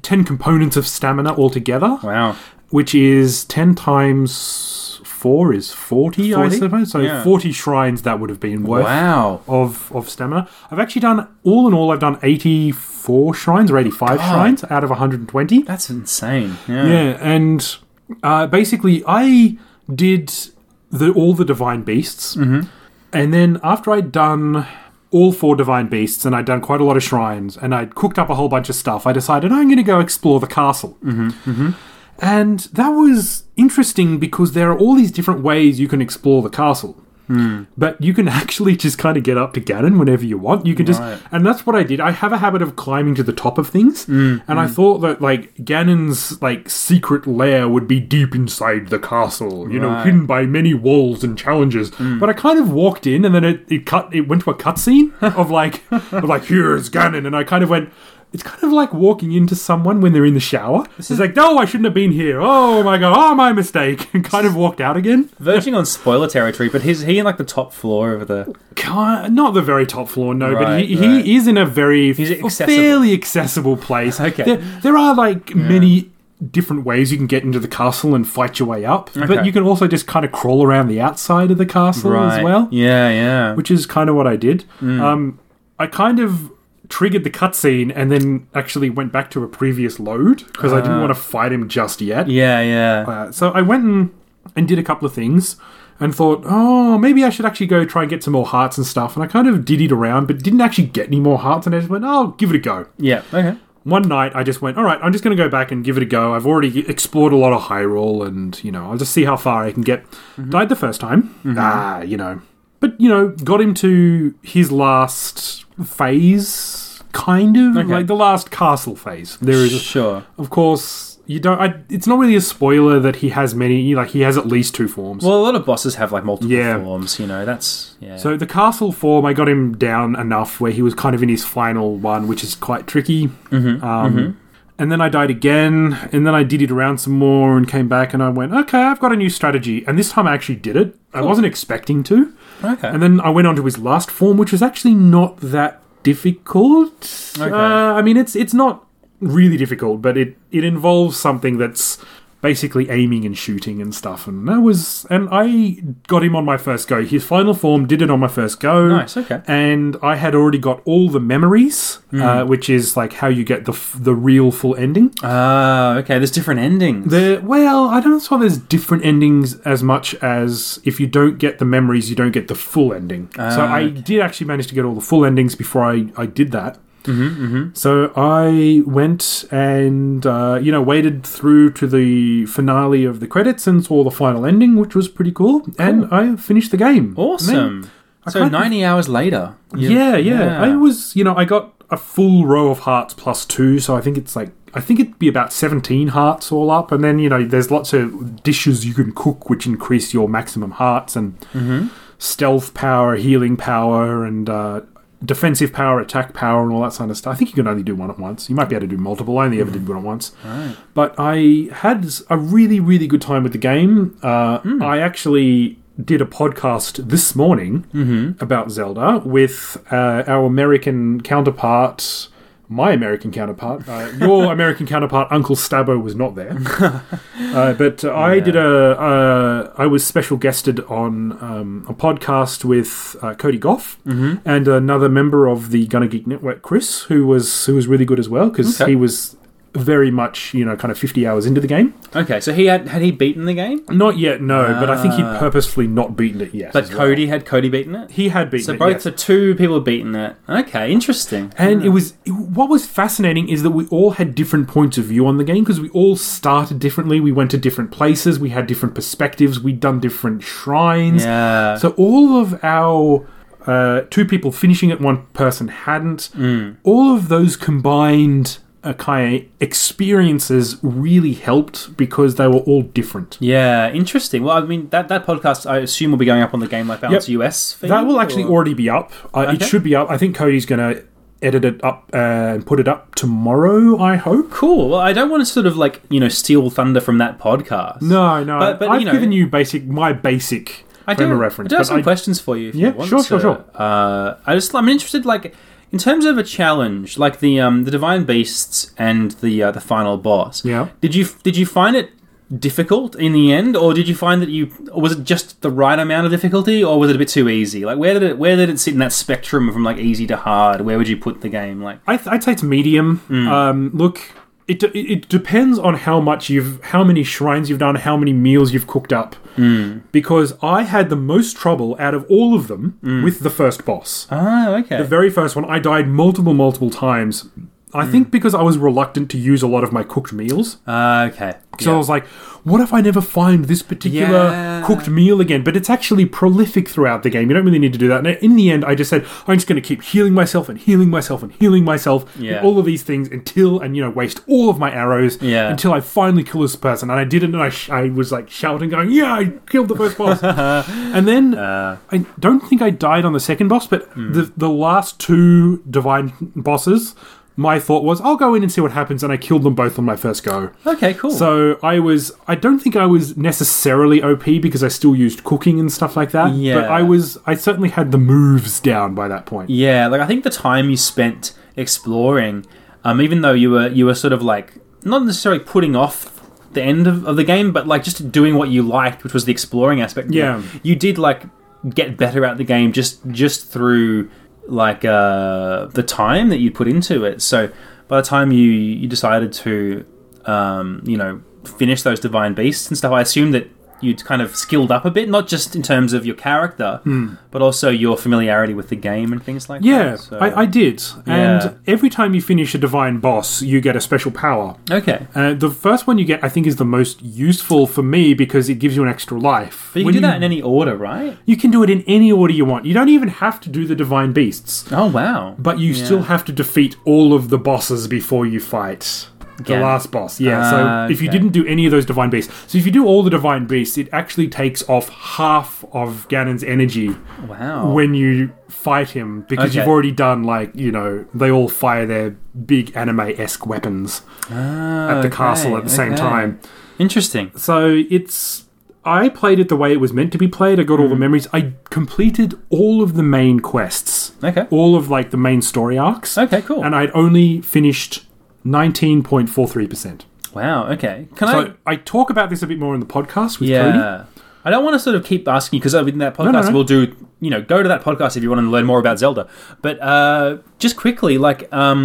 S2: 10 components of stamina altogether,
S1: Wow.
S2: which is 10 times 4 is 40, I
S1: 40?
S2: suppose. So
S1: Yeah.
S2: 40 shrines that would have been worth
S1: Wow.
S2: of, of stamina. I've actually done, all in all, I've done 84 shrines or 85 shrines out of 120.
S1: That's insane. Yeah.
S2: Yeah, and uh, basically, I did the all the divine beasts, and then after I'd done all four divine beasts, and I'd done quite a lot of shrines, and I'd cooked up a whole bunch of stuff, I decided I'm going to go explore the castle. Mm-hmm. And that was interesting because there are all these different ways you can explore the castle. But you can actually just kind of get up to Ganon whenever you want. You can just,
S1: Right.
S2: and that's what I did. I have a habit of climbing to the top of things,
S1: Mm,
S2: and I thought that like Ganon's like secret lair would be deep inside the castle, you know,
S1: Right. Mm.
S2: hidden by many walls and challenges. But I kind of walked in, and then it, it cut. It went to a cutscene of like, of like here's Ganon, and I kind of went. It's kind of like walking into someone when they're in the shower. It's like, no, I shouldn't have been here. Oh my god, oh my mistake, and kind of walked out again.
S1: Verging on spoiler territory, but he's he in like the top floor of the.
S2: Kind, not the very top floor, no, but
S1: Right,
S2: he,
S1: right.
S2: he is in a very
S1: He's
S2: f-
S1: accessible.
S2: fairly accessible place.
S1: Okay.
S2: There, there are like many different ways you can get into the castle and fight your way up, but
S1: Okay.
S2: you can also just kind of crawl around the outside of the castle as well,
S1: Yeah, yeah.
S2: which is kind of what I did.
S1: Mm.
S2: Um, I kind of triggered the cutscene and then actually went back to a previous load because I
S1: Ah.
S2: didn't want to fight him just yet.
S1: yeah, yeah.
S2: Uh, so I went and, and did a couple of things and thought, oh, maybe I should actually go try and get some more hearts and stuff. And I kind of diddied around, but didn't actually get any more hearts. And I just went, oh, I'll give it a go.
S1: yeah, okay.
S2: One night, I just went, all right, I'm just going to go back and give it a go. I've already explored a lot of Hyrule, and, you know, I'll just see how far I can get. Died the first time. Ah, you know. But, you know, got him to his last phase, kind of.
S1: Okay.
S2: Like the last castle phase. There is
S1: Sure.
S2: of course, you don't. I, it's not really a spoiler that he has many. Like he has at least two forms.
S1: Well, a lot of bosses have like multiple
S2: Yeah.
S1: forms. You know, that's yeah.
S2: so the castle form, I got him down enough where he was kind of in his final one, which is quite tricky.
S1: Mhm,
S2: Um, And then I died again, and then I did it around some more, and came back, and I went, okay, I've got a new strategy. And this time I actually did it. I wasn't expecting to.
S1: okay.
S2: And then I went on to his last form, which was actually not that difficult.
S1: Okay.
S2: Uh, I mean, it's it's not really difficult, but it it involves something that's basically aiming and shooting and stuff. And that was, and I got him on my first go. His final form did it on my first go.
S1: nice. Okay.
S2: And I had already got all the memories,
S1: Mm.
S2: uh, which is like how you get the f- the real full ending.
S1: Ah, okay. There's different endings.
S2: There, well, I don't saw there's different endings as much as if you don't get the memories, you don't get the full ending. so
S1: Ah,
S2: I
S1: okay.
S2: did actually manage to get all the full endings before I, I did that.
S1: mm-hmm, mm-hmm.
S2: So I went and uh, you know waited through to the finale of the credits and saw the final ending, which was pretty cool. And I finished the game. And then-
S1: Awesome.
S2: I
S1: So
S2: can't-
S1: 90 hours later. you-
S2: yeah, yeah, I was, you know, I got a full row of hearts plus two, so I think it's like I think it'd be about seventeen hearts all up, and then you know, there's lots of dishes you can cook which increase your maximum hearts and stealth power, healing power, and uh, defensive power, attack power, and all that kind of stuff. I think you can only do one at once. You might be able to do multiple. I only ever did one at once.
S1: Right.
S2: But I had a really, really good time with the game. Uh, I actually did a podcast this morning
S1: Mm-hmm.
S2: about Zelda with uh, our American counterpart, my American counterpart. Uh, your American counterpart, Uncle Stabbo, was not there. Uh, but uh, I
S1: Yeah.
S2: did a. Uh, I was special guested on um, a podcast with uh, Cody Goff
S1: Mm-hmm.
S2: and another member of the Gunner Geek Network, Chris, who was who was really good as well because
S1: Okay.
S2: he was very much you know kind of 50 hours into the game
S1: Okay. So he had had he beaten the game,
S2: not yet no but i think he'd
S1: Ah.
S2: purposefully not beaten it yet
S1: but
S2: as well.
S1: Cody had Cody beaten it.
S2: he had beaten
S1: So
S2: it
S1: both
S2: yes.
S1: the two people have beaten it. Okay, interesting.
S2: and
S1: Yeah.
S2: it was it- what was fascinating is that we all had different points of view on the game because we all started differently we went to different places we had different perspectives we'd done different shrines
S1: yeah.
S2: So all of our uh, two people finishing it, one person hadn't.
S1: Hmm.
S2: All of those combined uh, kind of experiences really helped because they were all different.
S1: yeah, interesting. Well, I mean that, that podcast I assume will be going up on the Game Life Balance US. Feed,
S2: That will actually
S1: or-
S2: already be up. Uh, It
S1: Okay.
S2: should be up. I think Cody's going to edit it up uh, and put it up tomorrow. I hope.
S1: cool. Well, I don't want to sort of like you know steal thunder from that podcast.
S2: No, no.
S1: But- but,
S2: I've
S1: you know-
S2: given you basic my basic
S1: I do,
S2: frame of reference.
S1: I do have
S2: but
S1: some
S2: I-
S1: questions for you. If
S2: Yeah,
S1: you want
S2: sure,
S1: to.
S2: sure, sure.
S1: Uh, I just I'm interested like in terms of a challenge, like the um, the Divine Beasts and the uh, the final boss.
S2: Yeah.
S1: Did you did you find it difficult in the end, or did you find that you or was it just the right amount of difficulty, or was it a bit too easy? Like where did it where did it sit in that spectrum from like easy to hard? Where would you put the game? Like
S2: I th- I'd say it's medium.
S1: Mm.
S2: Um, look, it, de- it it depends on how much you've, how many shrines you've done, how many meals you've cooked up.
S1: Mm.
S2: Because I had the most trouble out of all of them
S1: Mm.
S2: with the first boss.
S1: oh okay
S2: The very first one, I died multiple, multiple times. I
S1: Mm.
S2: think because I was reluctant to use a lot of my cooked meals.
S1: uh, okay
S2: So I was like, what if I never find this particular
S1: Yeah.
S2: cooked meal again? But it's actually prolific throughout the game. You don't really need to do that. And in the end, I just said, I'm just going to keep healing myself and healing myself and healing myself and
S1: Yeah.
S2: all of these things until, and you know, waste all of my arrows
S1: Yeah.
S2: until I finally kill this person. And I did it and I, sh- I was like shouting, going, yeah, I killed the first boss. and then
S1: Uh.
S2: I don't think I died on the second boss, but
S1: Hmm.
S2: the, the last two divine bosses. My thought was, I'll go in and see what happens, and I killed them both on my first go.
S1: okay cool
S2: So I was. I don't think I was necessarily OP because I still used cooking and stuff like that.
S1: Yeah.
S2: But I was. I certainly had the moves down by that point.
S1: Yeah, like I think the time you spent exploring, um, even though you were you were sort of like not necessarily putting off the end of, of the game, but like just doing what you liked, which was the exploring aspect. of it.
S2: Yeah.
S1: you did like get better at the game just just through like uh, the time that you put into it. So by the time you you decided to um, you know finish those divine beasts and stuff, I assume that. You'd kind of skilled up a bit, not just in terms of your character, but also your familiarity with the game and things like
S2: Hmm. Yeah,
S1: that. so-
S2: I, I did.
S1: Yeah.
S2: And every time you finish a divine boss, you get a special power.
S1: Okay.
S2: Uh, the first one you get, I think, is the most useful for me because it gives you an extra life.
S1: But you can
S2: When
S1: do that in any order, right?
S2: You can do it in any order you want. You don't even have to do the divine beasts,
S1: Oh wow.
S2: but you still have to defeat all of the bosses before you fight. The
S1: Ganon.
S2: last boss, yeah.
S1: Ah,
S2: so if you
S1: okay.
S2: didn't do any of those divine beasts, so if you do all the divine beasts, it actually takes off half of Ganon's energy
S1: Wow.
S2: when you fight him because
S1: Oh. Okay.
S2: you've already done like you know they all fire their big anime esque weapons
S1: Ah,
S2: at the
S1: okay,
S2: castle at the same
S1: okay.
S2: time.
S1: Interesting.
S2: So it's. I played it the way it was meant to be played. I got
S1: Mm.
S2: all the memories. I completed all of the main quests,
S1: Okay.
S2: all of like the main story arcs,
S1: Okay, cool.
S2: and I'd only finished nineteen point four three percent.
S1: wow, okay. Can I
S2: So I talk about this a bit more in the podcast with Cody.
S1: Oh. Yeah. I don't want to sort of keep asking you because in that podcast
S2: no.
S1: we'll do you know go to that podcast if you want to learn more about Zelda. But uh, just quickly, like, um,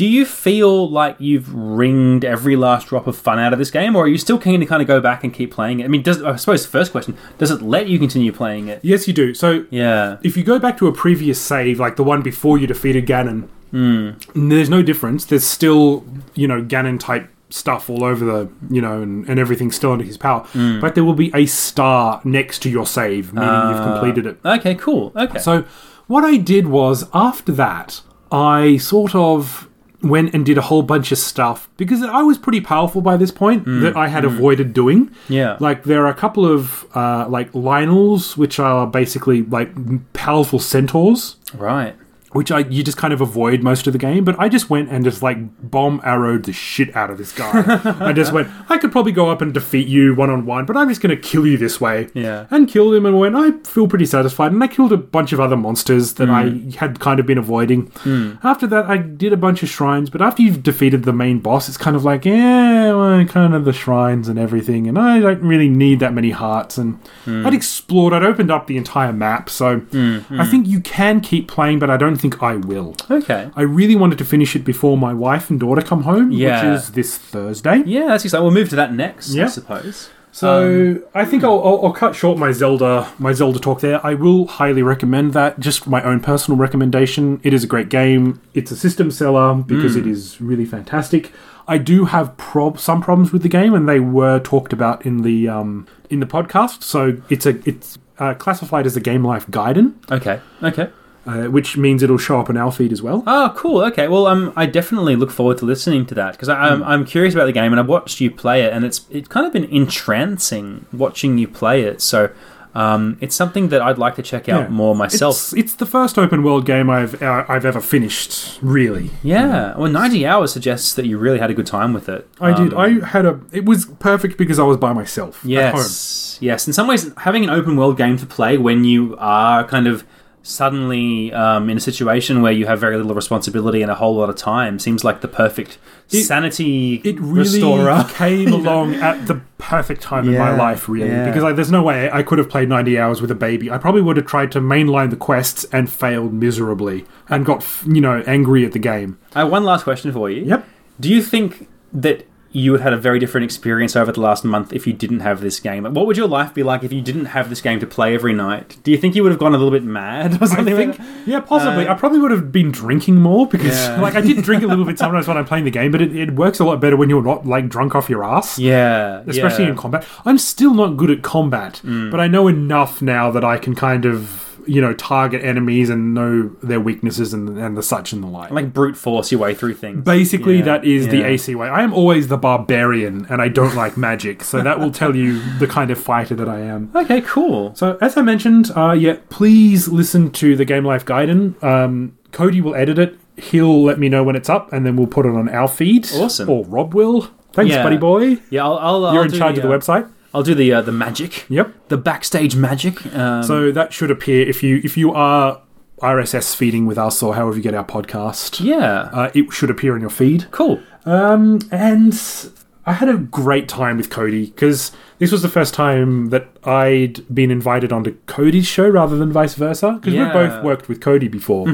S1: do you feel like you've wringed every last drop of fun out of this game, or are you still keen to kind of go back and keep playing it? I mean, does I suppose first question does it let you continue playing it?
S2: Yes, you do. So
S1: Yeah.
S2: if you go back to a previous save, like the one before you defeated Ganon,
S1: Hmm.
S2: there's no difference. There's still, you know, Ganon type stuff all over the, you know, and, and everything's still under his power.
S1: Hmm.
S2: But there will be a star next to your save, meaning you've
S1: Ah.
S2: completed it.
S1: Okay. Cool. Okay.
S2: So what I did was after that, I sort of went and did a whole bunch of stuff because I was pretty powerful by this point that I had avoided doing.
S1: yeah.
S2: Like there are a couple of uh, like Lionels, which are basically like m- powerful centaurs,
S1: right.
S2: which I you just kind of avoid most of the game. But I just went and just like bomb arrowed the shit out of this guy. I just went, I could probably go up and defeat you one on one, but I'm just going to kill you this way.
S1: Yeah.
S2: And killed him and went, I feel pretty satisfied. And I killed a bunch of other monsters that I had kind of been avoiding. After that, I did a bunch of shrines, but after you've defeated the main boss, it's kind of like, yeah, well, kind of the shrines and everything. And I don't really need that many hearts. And I'd explored, I'd opened up the entire map. So I think you can keep playing, but I don't think I will.
S1: Okay.
S2: I really wanted to finish it before my wife and daughter come home,
S1: Yeah.
S2: which is this Thursday.
S1: Yeah, that's exciting. We'll move to that next, I
S2: Yeah.
S1: suppose.
S2: So
S1: Um,
S2: I think I'll, I'll, I'll cut short my Zelda my Zelda talk there. I will highly recommend that. Just my own personal recommendation. It is a great game. It's a system seller because
S1: Hmm.
S2: it is really fantastic. I do have prob- some problems with the game, and they were talked about in the um, in the podcast. So it's a it's uh, classified as a game life guidance,
S1: Okay. Okay.
S2: uh, which means it'll show up in our feed as well.
S1: Oh, cool. Okay. Well, um, I definitely look forward to listening to that because
S2: Hmm.
S1: I'm, I'm curious about the game and I've watched you play it and it's it's kind of been entrancing watching you play it. So um, it's something that I'd like to check out
S2: Yeah.
S1: more myself.
S2: It's, it's the first open world game I've uh, I've ever finished. Really,
S1: yeah. Well, 90 hours suggests that you really had a good time with it.
S2: I did.
S1: Um,
S2: I had a. It was perfect because I was by myself. At home.
S1: Yes. Yes. In some ways, having an open world game to play when you are kind of suddenly um, in a situation where you have very little responsibility and a whole lot of time seems like the perfect
S2: It-
S1: sanity
S2: it really
S1: restorer.
S2: came along at the perfect time in my
S1: Yeah,
S2: life, really,
S1: yeah.
S2: because I, there's no way I could have played 90 hours with a baby. I probably would have tried to mainline the quests and failed miserably and got f- you know angry at the game.
S1: I have one last question for you.
S2: Yep.
S1: Do you think that you would had a very different experience over the last month if you didn't have this game? Like, What would your life be like if you didn't have this game to play every night? Do you think you would have gone a little bit mad or
S2: I
S1: something? like
S2: think,
S1: that?
S2: yeah, possibly.
S1: Uh,
S2: I probably would have been drinking more because,
S1: Yeah.
S2: like, I did drink a little bit sometimes when I'm playing the game, but it, it works a lot better when you're not like drunk off your ass.
S1: yeah.
S2: especially
S1: yeah. Mm.
S2: in combat. I'm still not good at combat, but I know enough now that I can kind of, you know, target enemies and know their weaknesses and, and the such and the like.
S1: like brute force your way through things.
S2: Basically,
S1: Yeah,
S2: that is the
S1: yeah.
S2: AC way. I am always the barbarian, and I don't like magic, so that will tell you the kind of fighter that I am.
S1: Okay, cool.
S2: So, as I mentioned, uh, yeah, please listen to the Game Life Gaiden. Um, Cody will edit it. He'll let me know when it's up, and then we'll put it on our feed.
S1: Awesome.
S2: Or Rob will. Thanks,
S1: Yeah.
S2: buddy boy.
S1: Yeah, I'll. I'll I'll
S2: You're in
S1: do
S2: charge of the
S1: uh,
S2: website.
S1: I'll do the uh, the magic,
S2: Yep.
S1: the backstage magic. Um,
S2: So that should appear if you if you are RSS feeding with us or however you get our podcast.
S1: yeah,
S2: Uh, it should appear in your feed.
S1: cool.
S2: Um, and I had a great time with Cody because this was the first time that I'd been invited onto Cody's show rather than vice versa because
S1: Yeah. Mm-hmm,
S2: we've both worked with Cody before.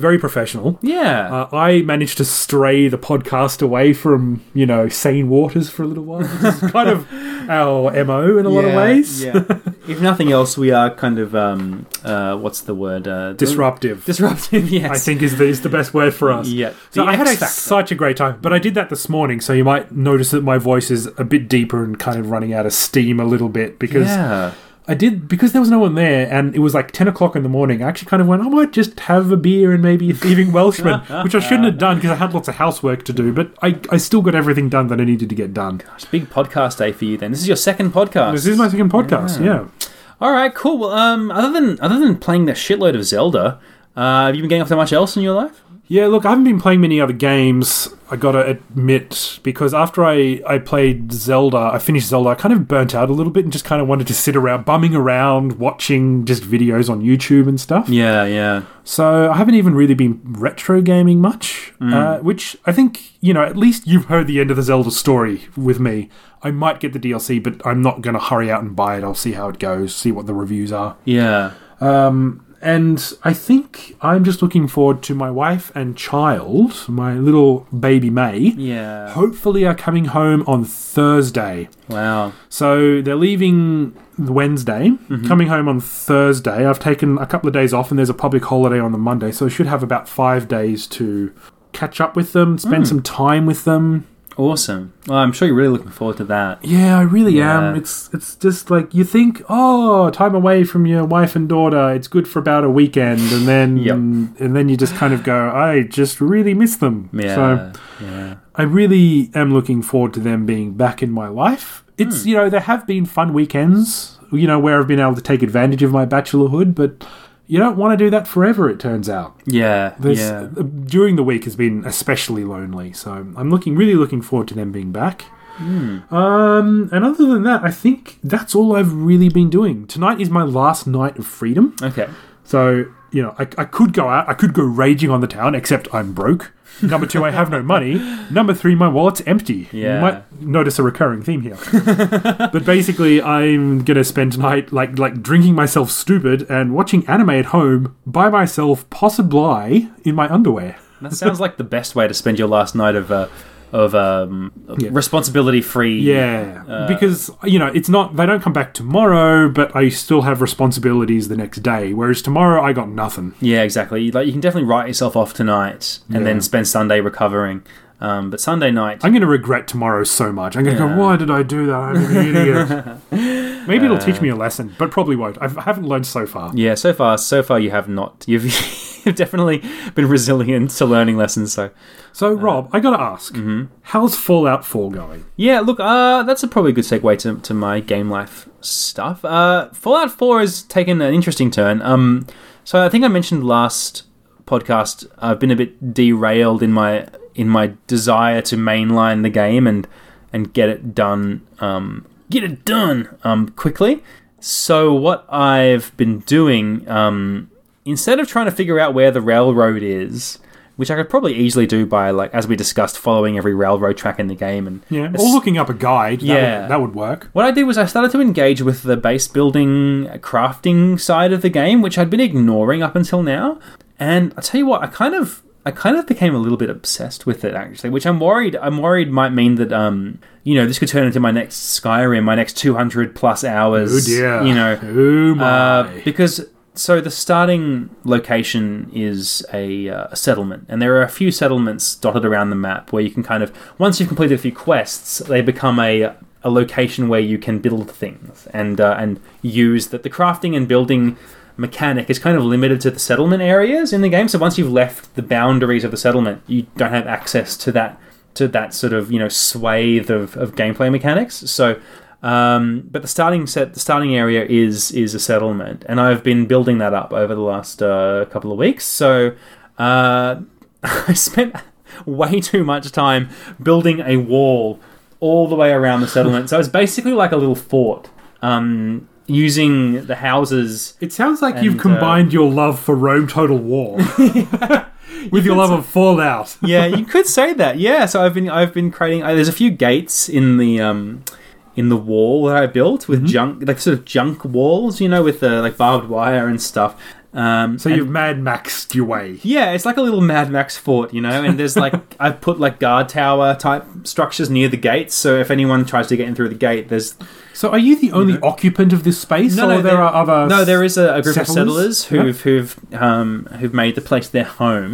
S2: Very professional.
S1: Yeah,
S2: Uh, I managed to stray the podcast away from you know sane waters for a little while. Which is kind of our mo in a lot of ways.
S1: Yeah. if nothing else, we are kind of um, uh, what's the word? Uh,
S2: Disruptive.
S1: Disruptive. Yes.
S2: I think is the, is the best word for us.
S1: Yeah.
S2: So
S1: The
S2: I had a,
S1: X factor.
S2: such a great time, but I did that this morning, so you might notice that my voice is a bit deeper and kind of running out of steam a little bit because
S1: Yeah.
S2: I did because there was no one there, and it was like ten o'clock in the morning. I actually kind of went, I might just have a beer and maybe a thieving Welshman, which I shouldn't have done because I had lots of housework to do. But I, I still got everything done that I needed to get done.
S1: It's big podcast day for you then. This is your second podcast.
S2: This is my second podcast. Yeah.
S1: All right, cool. Well, um, other than other than playing the shitload of Zelda, uh, have you been getting off to much else in your life?
S2: Yeah, look, I haven't been playing many other games, I gotta admit, because after I, I played Zelda, I finished Zelda, I kind of burnt out a little bit and just kind of wanted to sit around, bumming around, watching just videos on YouTube and stuff.
S1: Yeah, yeah.
S2: So I haven't even really been retro gaming much, uh, which I think, you know, at least you've heard the end of the Zelda story with me. I might get the DLC, but I'm not gonna hurry out and buy it. I'll see how it goes, see what the reviews are.
S1: Yeah.
S2: Um, and I think I'm just looking forward to my wife and child, my little baby May.
S1: Yeah.
S2: Hopefully, are coming home on Thursday.
S1: Wow.
S2: So they're leaving Wednesday, coming home on Thursday. I've taken a couple of days off, and there's a public holiday on the Monday, so I should have about five days to catch up with them, spend some time with them.
S1: Awesome. Well, I'm sure you're really looking forward to that.
S2: Yeah, I really
S1: Yeah.
S2: am. It's it's just like you think, oh, time away from your wife and daughter. It's good for about a weekend, and then
S1: Yep.
S2: and then you just kind of go, I just really miss them.
S1: Yeah.
S2: So
S1: yeah.
S2: I really am looking forward to them being back in my life.
S1: Hmm.
S2: It's you know there have been fun weekends, you know where I've been able to take advantage of my bachelorhood, but you don't want to do that forever. It turns out.
S1: Yeah.
S2: There's, uh,
S1: yeah.
S2: During the week has been especially lonely, so I'm looking really looking forward to them being back. Um, and other than that, I think that's all I've really been doing. Tonight is my last night of freedom,
S1: Okay.
S2: so you know I, I could go out, I could go raging on the town, except I'm broke. Number two, I have no money. Number three, my wallet's empty.
S1: Yeah.
S2: You might notice a recurring theme here. but basically, I'm gonna spend tonight like like drinking myself stupid and watching anime at home by myself, possibly in my underwear.
S1: That sounds like the best way to spend your last night of uh, of um,
S2: Yeah.
S1: responsibility free.
S2: Yeah,
S1: Uh,
S2: because you know it's not they don't come back tomorrow, but I still have responsibilities the next day. Whereas tomorrow I got nothing.
S1: Yeah, exactly. Like you can definitely write yourself off tonight and
S2: Yeah.
S1: then spend Sunday recovering. Um, but Sunday night,
S2: I'm going to regret tomorrow so much. I'm going to
S1: Yeah.
S2: go, why did I do that? I'm an idiot. Maybe it'll teach me a lesson, but probably won't. I've, I haven't learned so far.
S1: Uh. yeah. So far, so far, you have not. You've you've definitely been resilient to learning lessons. So Uh.
S2: So, Rob, I got to ask,
S1: Mm-hmm.
S2: how's Fallout 4 going?
S1: yeah, look, uh, that's a probably good segue to, to my game life stuff. Uh, Fallout Four has taken an interesting turn. Um, so I think I mentioned last podcast I've been a bit derailed in my in my desire to mainline the game and and get it done um, get it done um, quickly. So what I've been doing um, instead of trying to figure out where the railroad is, which I could probably easily do by like as we discussed, following every railroad track in the game and
S2: Yeah, or looking up a guide. That
S1: Yeah.
S2: Would, that would work.
S1: what I did was I started to engage with the base building uh, crafting side of the game, which I'd been ignoring up until now. And I tell you what, I kind of I kind of became a little bit obsessed with it actually, which I'm worried I'm worried might mean that um you know this could turn into my next Skyrim, my next 200 plus hours.
S2: Oh, dear.
S1: You know,
S2: Oh, my.
S1: uh, because so the starting location is a, uh, a settlement, and there are a few settlements dotted around the map where you can kind of once you've completed a few quests, they become a a location where you can build things and uh, and use that the crafting and building mechanic is kind of limited to the settlement areas in the game. So once you've left the boundaries of the settlement, you don't have access to that to that sort of you know swathe of, of gameplay mechanics. So, um, but the starting set, the starting area is is a settlement, and I've been building that up over the last uh, couple of weeks. So, uh, I spent way too much time building a wall all the way around the settlement. so it's basically like a little fort. Um, using the houses
S2: it sounds like
S1: and,
S2: you've
S1: uh,
S2: combined your love for Rome Total War with your love of Fallout.
S1: yeah, you could say that. Yeah, so I've been I've been creating. Uh, there's a few gates in the um in the wall that I built with junk, like sort of junk walls, you know, with the like barbed wire and stuff. Um,
S2: So
S1: and-
S2: you've Mad Maxed your way.
S1: yeah, it's like a little Mad Max fort, you know. And there's like I've put like guard tower type structures near the gates, so if anyone tries to get in through the gate, there's
S2: So are you the only occupant of this space, or there, are other?
S1: No, there is a, a group of
S2: settlers?
S1: settlers who've who've um, who've made the place their home,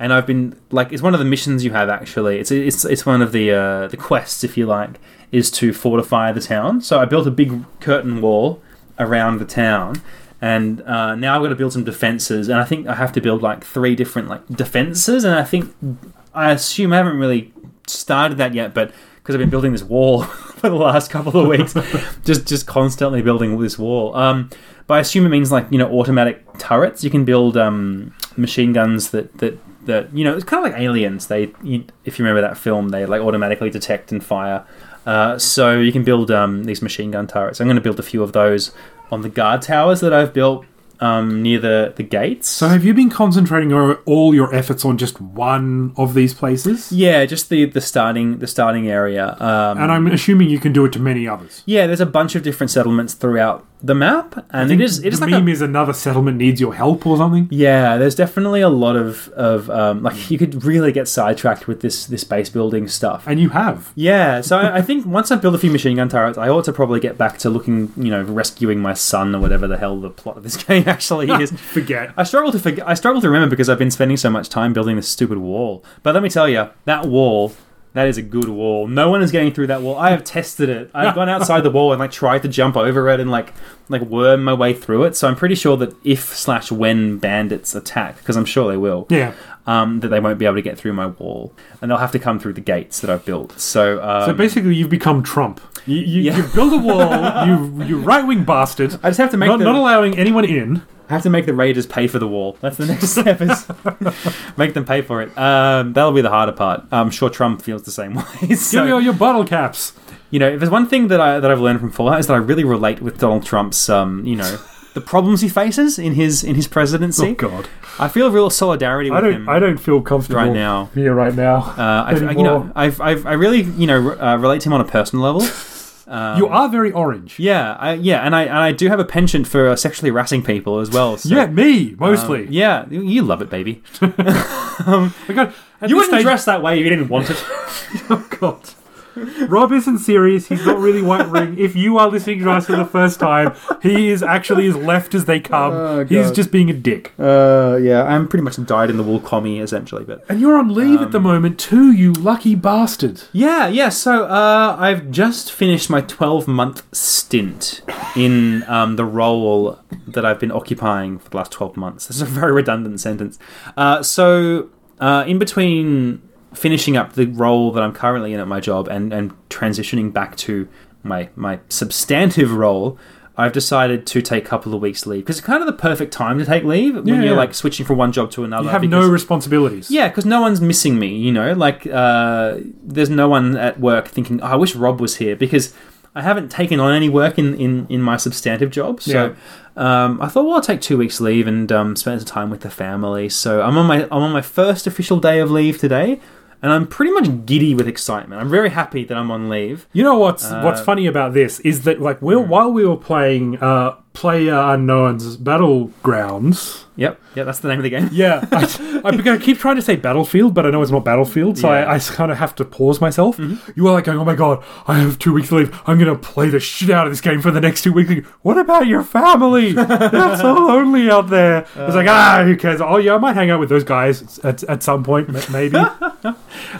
S1: and I've been like it's one of the missions you have actually. It's it's it's one of the uh, the quests if you like is to fortify the town. So I built a big curtain wall around the town. And uh, now I've got to build some defenses, and I think I have to build like three different like defenses. And I think I assume I haven't really started that yet, but because I've been building this wall for the last couple of weeks, just just constantly building this wall. Um, but I assume it means like you know automatic turrets. You can build um, machine guns that that that you know it's kind of like aliens. They you, if you remember that film, they like automatically detect and fire. Uh, so you can build um, these machine gun turrets. I'm going to build a few of those on the guard towers that I've built um, near the the gates.
S2: So, have you been concentrating your, all your efforts on just one of these places?
S1: yeah, just the the starting the starting area. Um,
S2: And I'm assuming you can do it to many others.
S1: yeah, there's a bunch of different settlements throughout the map, and it is it is
S2: the
S1: like a
S2: meme is another settlement needs your help or something.
S1: Yeah, there's definitely a lot of of um, like you could really get sidetracked with this this base building stuff.
S2: And you have.
S1: Yeah, so I, I think once I build a few machine gun turrets, I ought to probably get back to looking, you know, rescuing my son or whatever the hell the plot of this game actually is. Um,
S2: Forget.
S1: I struggle to forget. I struggle to remember because I've been spending so much time building this stupid wall. But let me tell you, that wall. That is a good wall. No one is getting through that wall. I have tested it. I've gone outside the wall and like tried to jump over it and like like worm my way through it. So I'm pretty sure that if slash when bandits attack, because I'm sure they will,
S2: Yeah.
S1: um, that they won't be able to get through my wall and they'll have to come through the gates that I've built. So, um,
S2: So basically, you've become Trump. You, you,
S1: Yeah.
S2: you build a wall. you you right wing bastard.
S1: I just have to make
S2: Not,
S1: the,
S2: not allowing anyone in.
S1: I have to make the raiders pay for the wall. That's the next step is make them pay for it. Um, that'll be the harder part. I'm sure Trump feels the same way.
S2: Give me
S1: So,
S2: all your bottle caps.
S1: you know, if there's one thing that I that I've learned from Fallout is that I really relate with Donald Trump's, um, you know, the problems he faces in his in his presidency.
S2: Oh, God,
S1: Oh, I feel real solidarity with
S2: I don't
S1: him
S2: I don't feel comfortable
S1: right now.
S2: here right now.
S1: Uh, I, I- you know,
S2: Anymore.
S1: I've, I've, I really, you know, uh, relate to him on a personal level. Um,
S2: you are very orange.
S1: yeah, I, yeah, and I, and I do have a penchant for uh, sexually harassing people as well. So, um,
S2: yeah, me mostly.
S1: yeah, you- you love it, baby.
S2: My God, at
S1: You
S2: this
S1: wouldn't
S2: stage-
S1: dress that way if you didn't want it.
S2: Oh God. Rob isn't serious. He's not really white ring. If you are listening to us for the first time, he is actually as left as they come.
S1: Oh,
S2: He's
S1: God.
S2: just being a dick.
S1: uh, yeah, I'm pretty much dyed in the wool commie essentially, but
S2: And you're on leave
S1: Um,
S2: at the moment too, you lucky bastard.
S1: yeah, yeah. So uh, I've just finished my 12 month stint in um, the role that I've been occupying for the last 12 months. This is a very redundant sentence. Uh, so uh, in between finishing up the role that I'm currently in at my job and and transitioning back to my my substantive role. I've decided to take a couple of weeks leave because it's kind of the perfect time to take leave when
S2: Yeah,
S1: you're
S2: yeah.
S1: like switching from one job to another.
S2: You have
S1: because-
S2: no responsibilities.
S1: Yeah, because no one's missing me, you know? Like, uh, there's no one at work thinking, oh, I wish Rob was here because I haven't taken on any work in, in, in my substantive job. So um, I thought, well, I'll take two weeks leave and um, spend some time with the family. So I'm on my I'm on my first official day of leave today, and I'm pretty much giddy with excitement. I'm very happy that I'm on leave.
S2: You know what's what's funny about this is that like we while we were playing uh, Player Unknown's Battlegrounds.
S1: Yep, yeah, that's the name of the game.
S2: Yeah, I, I'm gonna keep trying to say Battlefield, but I know it's not Battlefield, so
S1: Yeah.
S2: I, I kind of have to pause myself. You were like going, "Oh my god, I have two weeks to leave. I'm gonna play the shit out of this game for the next two weeks." Like, what about your family? They're so lonely out there. it's like, ah, who cares? Oh yeah, I might hang out with those guys at, at some point, m- maybe.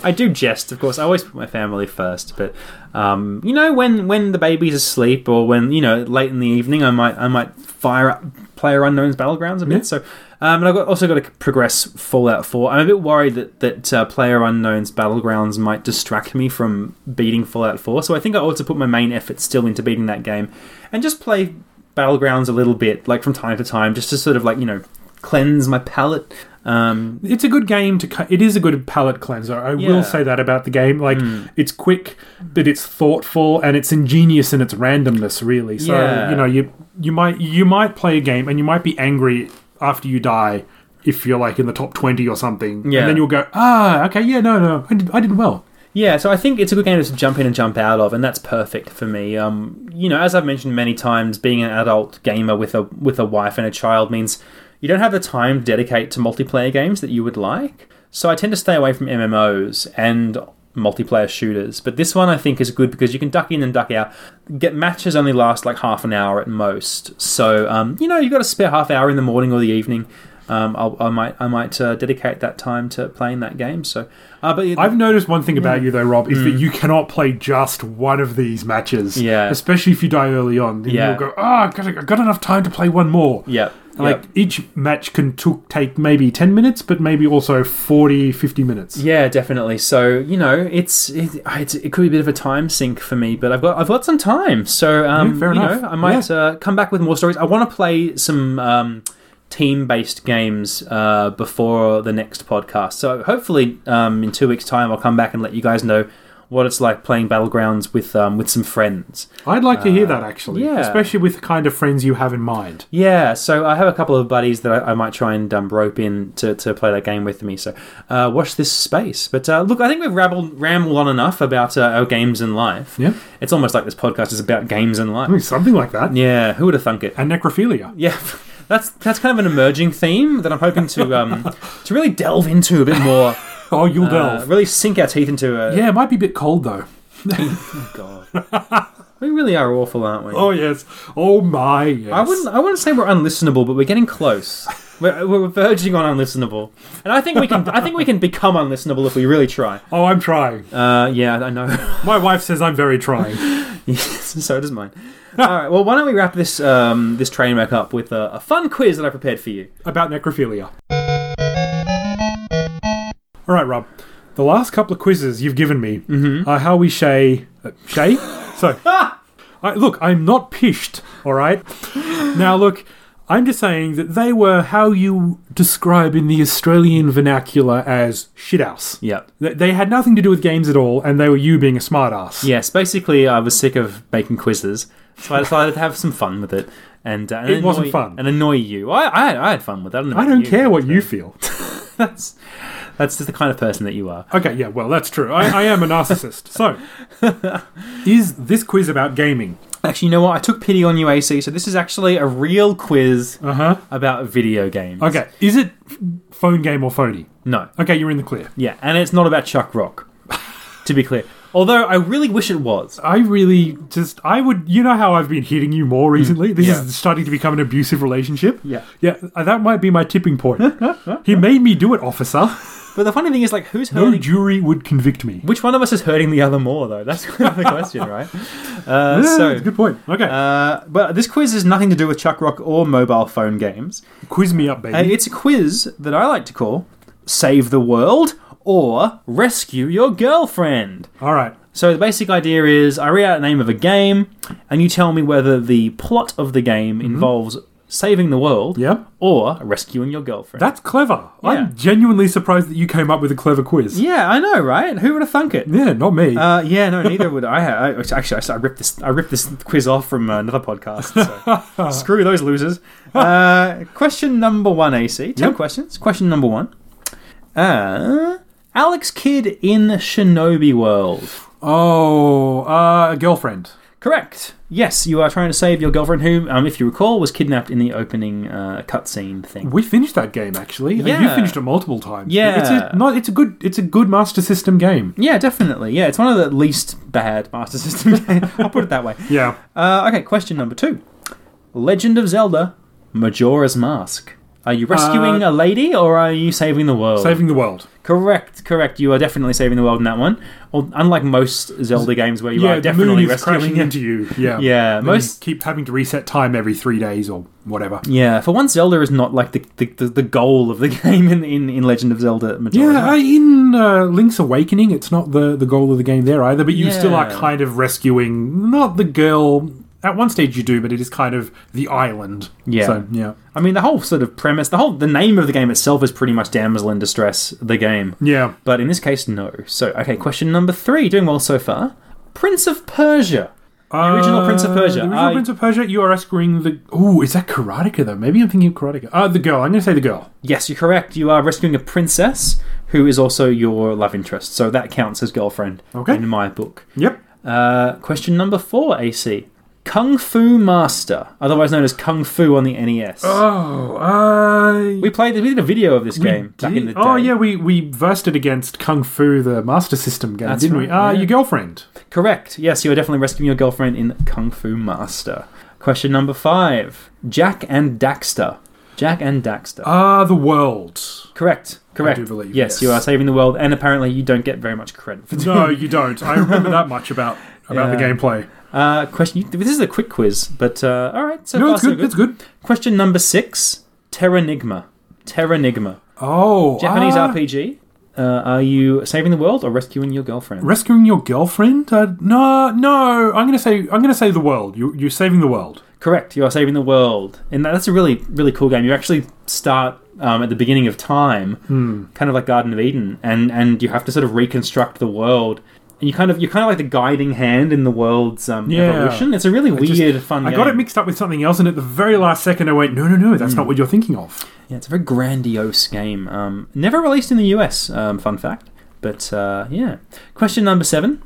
S1: I do jest, of course. I always put my family first, but um, you know, when when the baby's asleep or when you know late in the evening, I might I might fire up Player Unknown's Battlegrounds a bit.
S2: Yeah.
S1: So, um, and I've got, also got to progress Fallout Four. I'm a bit worried that that uh, Player Unknown's Battlegrounds might distract me from beating Fallout Four. So I think I ought to put my main effort still into beating that game, and just play Battlegrounds a little bit, like from time to time, just to sort of like you know cleanse my palate. Um,
S2: it's a good game to cu- it is a good palate cleanser i
S1: Yeah. Hmm.
S2: will say that about the game like it's quick but it's thoughtful and it's ingenious in its randomness really so
S1: Yeah.
S2: you know you you might you might play a game and you might be angry after you die if you're like in the top 20 or something
S1: Yeah.
S2: and then you'll go ah okay yeah no no i did, I did well
S1: Yeah, so I think it's a good game to jump in and jump out of, and that's perfect for me. Um, you know, as I've mentioned many times, being an adult gamer with a with a wife and a child means you don't have the time to dedicate to multiplayer games that you would like. So I tend to stay away from MMOs and multiplayer shooters. But this one I think is good because you can duck in and duck out. Get matches only last like half an hour at most, so um, you know you've got a spare half hour in the morning or the evening. um, I'll, I might I might uh, dedicate that time to playing that game. So, uh, but yeah,
S2: I've noticed one thing
S1: Hmm.
S2: about you though, Rob, is that you cannot play just one of these matches.
S1: Yeah.
S2: Especially if you die early on, then
S1: Yeah.
S2: you'll go, "Oh, I've got, I've got enough time to play one more."
S1: yeah,
S2: Like
S1: yeah.
S2: each match can took take maybe 10 minutes, but maybe also 40, 50 minutes.
S1: Yeah, definitely. So you know, it's it, I- it's it could be a bit of a time sink for me, but I've got I've got some time, so um,
S2: Yeah, fair
S1: you
S2: enough.
S1: know, I might
S2: Yeah.
S1: uh, come back with more stories. I want to play some um, team based games uh, before the next podcast. So hopefully, um, in two weeks' time, I'll come back and let you guys know what it's like playing battlegrounds with um, with some friends.
S2: I'd like to hear that actually,
S1: Uh, yeah.
S2: especially with the kind of friends you have in mind.
S1: Yeah, so I have a couple of buddies that I, I might try and um, rope in to, to play that game with me. So uh, watch this space. But uh, look, I think we've rambled, rambled on enough about uh, our games in life.
S2: Yeah.
S1: It's almost like this podcast is about games in life.
S2: Mm, Something like that.
S1: Yeah, who would have thunk it?
S2: And necrophilia.
S1: Yeah, that's that's kind of an emerging theme that I'm hoping to um, to really delve into a bit more.
S2: Oh, you'll
S1: Uh,
S2: delve.
S1: really sink our teeth into a.
S2: Yeah, it might be a bit cold though.
S1: God. we really are awful, aren't we?
S2: Oh yes. Oh my. Yes.
S1: I wouldn't. I wouldn't say we're unlistenable, but we're getting close. We're, we're verging on unlistenable, and I think we can. I think we can become unlistenable if we really try.
S2: Oh, I'm trying.
S1: Uh, yeah, I know.
S2: My wife says I'm very trying.
S1: Yes, so does mine. All right. Well, why don't we wrap this um, this train wreck up with a, a fun quiz that I prepared for you?
S2: About necrophilia. All right, Rob. The last couple of quizzes you've given me are how we shay. Uh, shay? so, I, look, I'm not pished, all right? Now, look, I'm just saying that they were how you describe in the Australian vernacular as shithouse.
S1: Yep.
S2: They- They had nothing to do with games at all, and they were you being a smartass.
S1: Yes. Basically, I was sick of making quizzes, so I decided to have some fun with it. And, uh, and
S2: It wasn't
S1: annoy-
S2: fun.
S1: And annoy you. I, I, I had fun with that.
S2: I don't care what you feel.
S1: That's that's just the kind of person that you are.
S2: Okay, yeah, well, that's true. I, I am a narcissist. So, is this quiz about gaming?
S1: Actually, you know what? I took pity on you, AC. So this is actually a real quiz
S2: Uh huh.
S1: about video games.
S2: Okay, is it f- phone game or phony?
S1: No.
S2: Okay, you're in the clear.
S1: Yeah, and it's not about Chuck Rock, to be clear. Although I really wish it was.
S2: I really just, I would, you know how I've been hitting you more recently? This
S1: Hmm. yeah. Hmm.
S2: is starting to become an abusive relationship.
S1: Yeah.
S2: Yeah, uh, that might be my tipping point. he made me do it, officer.
S1: But the funny thing is, like, who's
S2: No
S1: hurting?
S2: jury would convict me.
S1: which one of us is hurting the other more, though? That's kind of the question, right? Uh,
S2: Yeah,
S1: so,
S2: that's a good point. Okay,
S1: uh, but this quiz has nothing to do with Chuck Rock or mobile phone games.
S2: quiz me up, baby.
S1: And it's a quiz that I like to call "Save the World" or "Rescue Your Girlfriend."
S2: All right.
S1: So the basic idea is I read out the name of a game, and you tell me whether the plot of the game involves saving the world
S2: Mm-hmm. Yeah.
S1: or rescuing your girlfriend.
S2: That's clever.
S1: Yeah.
S2: I'm genuinely surprised that you came up with a clever quiz.
S1: yeah, I know, right? Who would have thunk it?
S2: Yeah, not me.
S1: Uh, yeah, no, neither would I. Have. I actually, I, I ripped this. I ripped this quiz off from another podcast. So screw those losers. Uh, question number one, AC. Ten
S2: Yep.
S1: questions. Question number one. Uh, Alex Kidd in Shinobi World.
S2: Oh, uh, a girlfriend.
S1: Correct. Yes, you are trying to save your girlfriend, who, um, if you recall, was kidnapped in the opening uh, cutscene thing.
S2: We finished that game actually. Yeah.
S1: Yeah.
S2: You finished it multiple times.
S1: Yeah.
S2: It's a, not, it's a good it's a good Master System game.
S1: Yeah, definitely. Yeah, it's one of the least bad Master System games. I'll put it that way.
S2: Yeah.
S1: Uh, okay, question number two Legend of Zelda Majora's Mask. Are you rescuing a
S2: Uh,
S1: lady or are you saving the world?
S2: Oh. Saving the world.
S1: correct, correct. You are definitely saving the world in that one. Well, unlike most Zelda games where you
S2: yeah,
S1: are
S2: the moon
S1: definitely
S2: is crashing
S1: rescuing it.
S2: into you. Yeah.
S1: Yeah,
S2: And
S1: most-
S2: you keep having to reset time every three days or whatever.
S1: Yeah, for once, Zelda is not like the, the, the, the goal of the game in, in, in Legend of Zelda Majora's Mask.
S2: Yeah, uh, in uh, Link's Awakening, it's not the, the goal of the game there either, but you still are
S1: Yeah.
S2: kind of rescuing not the girl. At one stage, you do, but it is kind of the island.
S1: Yeah.
S2: So, yeah.
S1: I mean, the whole sort of premise, the whole the name of the game itself is pretty much damsel in distress. The game,
S2: Yeah.
S1: but in this case, no. So, okay, question number three, doing well so far. Prince of Persia, the original Prince of
S2: Uh,
S1: Persia.
S2: The original
S1: I-
S2: Prince of Persia. You are rescuing the. Ooh, is that Karateka though? Maybe I'm thinking of Karateka. Uh, the girl. I'm going to say the girl.
S1: yes, you're correct. You are rescuing a princess who is also your love interest, so that counts as girlfriend.
S2: Okay.
S1: in my book.
S2: Yep.
S1: Uh, question number four, AC. Kung Fu Master, otherwise known as Kung Fu on the E NES.
S2: Oh, uh,
S1: we played. We did a video of this game back in the day.
S2: Oh yeah, we we versed it against Kung Fu, the Master System game,
S1: That's
S2: didn't we?
S1: right,
S2: Uh,
S1: yeah.
S2: your girlfriend.
S1: Correct. Yes, you are definitely rescuing your girlfriend in Kung Fu Master. Question number five Jack and Daxter. Jack and Daxter.
S2: Ah, the world.
S1: correct. Correct.
S2: do believe,
S1: yes,
S2: yes.
S1: you are saving the world, and apparently you don't get very much credit. For that.
S2: No, you don't. I remember that much about about the
S1: Yeah.
S2: gameplay.
S1: Uh, question. You, this is a quick quiz, but uh, all right. So
S2: no,
S1: far,
S2: it's
S1: so
S2: good. It's good.
S1: Question number six: Terranigma. Terranigma.
S2: Oh,
S1: Japanese
S2: ah,
S1: RPG. Uh, are you saving the world or rescuing your girlfriend?
S2: Rescuing your girlfriend? Uh, no, no. I'm gonna say I'm gonna say the world. You, you're saving the world.
S1: Correct. You are saving the world, and that, that's a really, really cool game. You actually start um, at the beginning of time,
S2: Hmm.
S1: kind of like Garden of Eden, and and you have to sort of reconstruct the world. And you kind of you're kind of like the guiding hand in the world's um,
S2: Yeah.
S1: evolution. It's a really
S2: just-
S1: weird, fun.
S2: I
S1: game.
S2: got it mixed up with something else, and at the very last second, I went, no, no, no. That's
S1: Hmm.
S2: not what you're thinking of.
S1: Yeah, it's a very grandiose game. Um, never released in the US. Um, fun fact. But uh, yeah. Question number seven: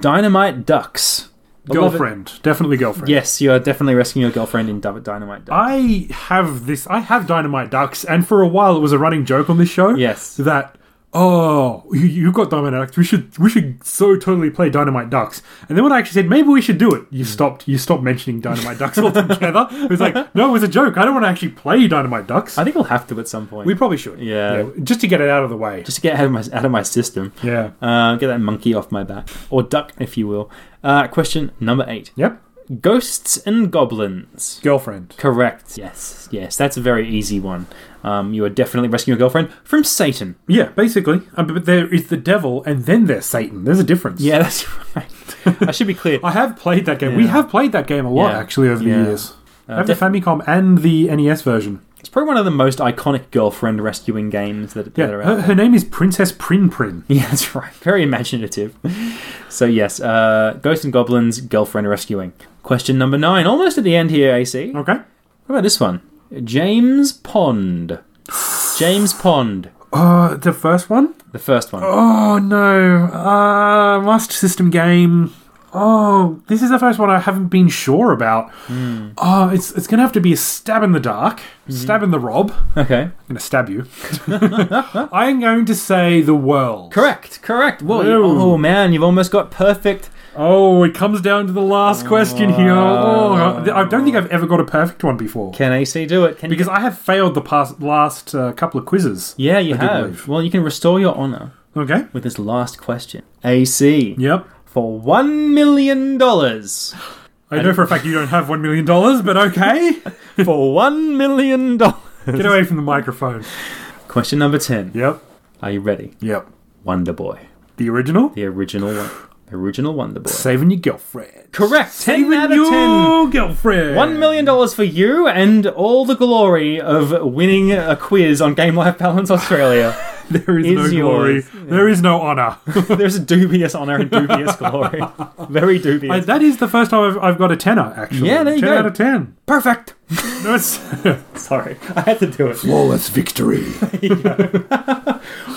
S1: Dynamite Ducks. I love it.
S2: Girlfriend, definitely girlfriend.
S1: Yes, you are definitely rescuing your girlfriend in Dub- Dynamite Ducks.
S2: I have this. I have Dynamite Ducks, and for a while it was a running joke on this show.
S1: Yes.
S2: That oh, you, you got Dynamite Ducks. We should we should so totally play Dynamite Ducks. And then when I actually said maybe we should do it, you
S1: Hmm.
S2: stopped. You stopped mentioning Dynamite Ducks altogether. It was like no, it was a joke. I don't want to actually play Dynamite Ducks.
S1: I think we'll have to at some point.
S2: we probably should.
S1: Yeah.
S2: Just to get it out of the way.
S1: just to get out of my out of my system.
S2: yeah.
S1: Uh, get that monkey off my back, or duck, if you will. Uh, question number eight:
S2: Yep.
S1: Ghosts and goblins.
S2: Girlfriend.
S1: Correct. Yes, yes, that's a very easy one. Um, you are definitely rescuing your girlfriend from Satan.
S2: Yeah, basically. Um, but there is the devil, and then there's Satan. There's a difference.
S1: Yeah, that's right. I should be clear.
S2: I have played that game. We
S1: Yeah.
S2: have played that game a lot
S1: Yeah.
S2: actually over the
S1: Yeah.
S2: years.
S1: Uh,
S2: I have the
S1: def-
S2: Famicom and the NES version.
S1: It's probably one of the most iconic girlfriend rescuing games that, that
S2: Yeah,
S1: are out.
S2: her,
S1: there.
S2: her name is Princess Prin Prin.
S1: Yeah, that's right. Very imaginative. so yes, uh, Ghosts and Goblins, girlfriend rescuing. Question number nine, almost at the end here, AC. What
S2: Okay.
S1: about this one? James Pond. James Pond,
S2: Uh, the first one?
S1: the first one.
S2: Oh no. Uh, last system game. Oh, this is the first one I haven't been sure about. Oh, it's it's gonna have to be a stab in the dark, stab in the rob. I'm
S1: Okay,
S2: gonna stab you. I am going to say the world.
S1: correct, correct. Whoa,
S2: Whoa.
S1: oh man, you've almost got perfect.
S2: Oh, it comes down to the last question here. Oh, I don't think I've ever got a perfect one before.
S1: Can AC do it? Can you-
S2: Because I have failed the past last uh, couple of quizzes.
S1: yeah, you
S2: I do
S1: have.
S2: believe.
S1: Well, you can restore your honor
S2: Okay.
S1: with this last question. AC
S2: Yep.
S1: for one million dollars.
S2: I know for a fact you don't have one million dollars, but okay.
S1: for one million dollars.
S2: Get away from the microphone.
S1: Question number ten.
S2: Yep.
S1: Are you ready?
S2: Yep.
S1: Wonder Boy.
S2: The original.
S1: The original one. The original Wonder Boy.
S2: Saving your girlfriend.
S1: Correct. 10 out of
S2: your
S1: 10.
S2: girlfriend.
S1: $1 million for you and all the glory of winning a quiz on Game Life Balance Australia.
S2: There is,
S1: is
S2: no glory.
S1: yours.
S2: There is no honor.
S1: There's a dubious honor and dubious glory. Very dubious.
S2: I- that is the first time I've, I've got a tenner. Actually.
S1: Yeah, there you
S2: 10
S1: go.
S2: out of ten.
S1: Perfect.
S2: No, it's
S1: Sorry, I had to do it.
S3: Flawless victory.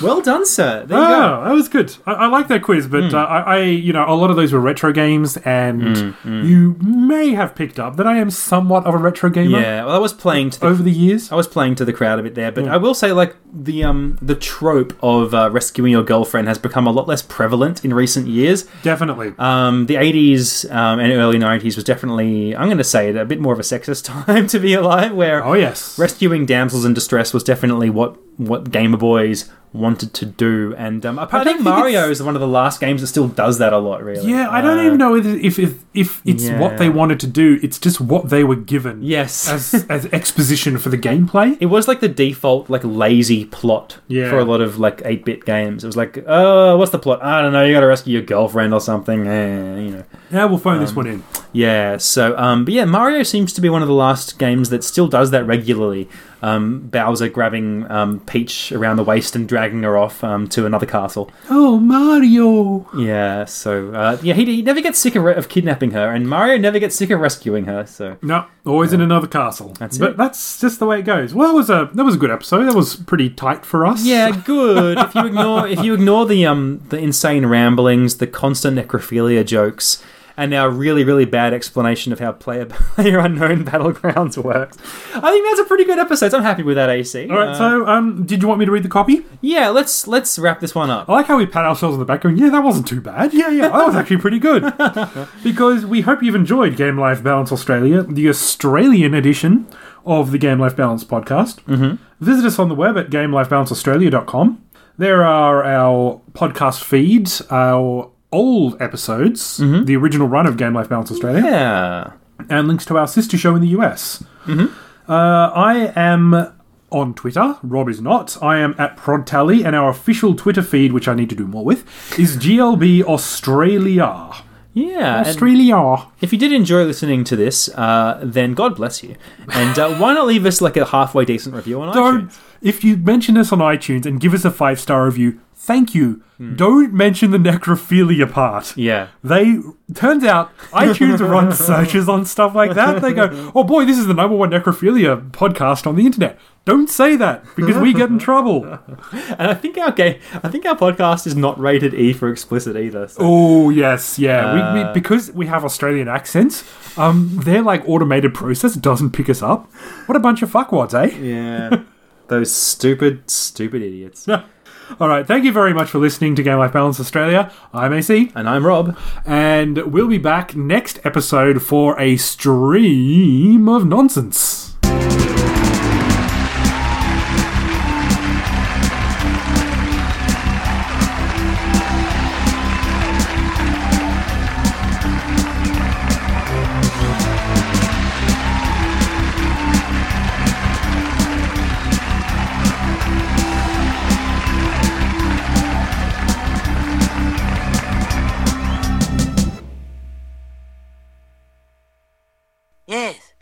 S1: Well done, sir. There you go. Hmm.
S2: Oh, that was good. I, I like that quiz, but uh, I, I, you know, a lot of those were retro games, and
S1: hmm.
S2: you may have picked up that I am somewhat of a retro gamer
S1: Yeah, Oh. well, I was playing to the
S2: over the years.
S1: I was playing to the crowd a bit there, but I will say like the um the trope of uh, rescuing your girlfriend has become a lot less prevalent in recent years.
S2: Definitely.
S1: Um, the 80s um, and early 90s was definitely I'm going to say it, a bit more of a sexist time to be alive, where
S2: oh yes.
S1: rescuing damsels in distress was definitely what what Game Boys wanted to do, and um, apart- I,
S2: I
S1: think
S2: don't think
S1: Mario
S2: it's-
S1: is one of the last games that still does that a lot. Really,
S2: yeah, I
S1: Uh,
S2: don't even know if if, if it's
S1: yeah.
S2: what they wanted to do. It's just what they were given.
S1: Yes.
S2: As as exposition for the gameplay.
S1: it was like the default like lazy plot
S2: Yeah.
S1: for a lot of like 8-bit games it was like oh what's the plot i don't know you gotta rescue your girlfriend or something eh, you know
S2: Yeah, we'll phone
S1: Um,
S2: this one in.
S1: yeah so um but yeah mario seems to be one of the last games that still does that regularly um bowser grabbing um peach around the waist and dragging her off um to another castle
S2: Oh, Mario.
S1: yeah so uh yeah he, he never gets sick of, re- of kidnapping her and mario never gets sick of rescuing her so
S2: No, always in another castle.
S1: That's
S2: but
S1: it.
S2: that's just the way it goes. Well, that was a that was a good episode. That was pretty tight for us.
S1: Yeah, good. if you ignore if you ignore the um the insane ramblings, the constant necrophilia jokes, and our really really bad explanation of how player player unknown battlegrounds works, I think that's a pretty good episode. I'm happy with that AC.
S2: All right.
S1: Uh,
S2: so, um, did you want me to read the copy?
S1: yeah, let's let's wrap this one up.
S2: I like how we pat ourselves on the back going, yeah, that wasn't too bad. Yeah, yeah, that was actually pretty good. because we hope you've enjoyed Game Life Balance Australia, the Australian edition of the Game Life Balance podcast. Mm-hmm. Visit us on the web at gamelifebalanceaustralia.com. There are our podcast feeds, our old episodes, the original run of Game Life Balance Australia,
S1: Yeah.
S2: and links to our sister show in the US.
S1: Mm-hmm.
S2: Uh, I am on Twitter. Rob is not. I am at ProdTally, and our official Twitter feed, which I need to do more with, is GLB Australia.
S1: Yeah. and-
S2: Australia.
S1: If you did enjoy listening to this, uh, then God bless you. And uh, why not leave us like a halfway decent review on
S2: Don't.
S1: iTunes?
S2: If you mention us on iTunes and give us a five star review, thank you. Don't mention the necrophilia part.
S1: Hmm. Yeah.
S2: They turns out iTunes runs searches on stuff like that. They go, "Oh boy, this is the number one necrophilia podcast on the internet." Don't say that because we get in trouble.
S1: And I think our game, I think our podcast is not rated E for explicit either. So.
S2: Oh yes, yeah. we,
S1: Uh,
S2: we, because we have Australian accents, um, their like automated process doesn't pick us up. What a bunch of fuckwads, eh?
S1: Yeah. Those stupid, stupid idiots.
S2: All right, thank you very much for listening to Game Life Balance Australia. I'm AC,
S1: And I'm Rob.
S2: and we'll be back next episode for a stream of nonsense.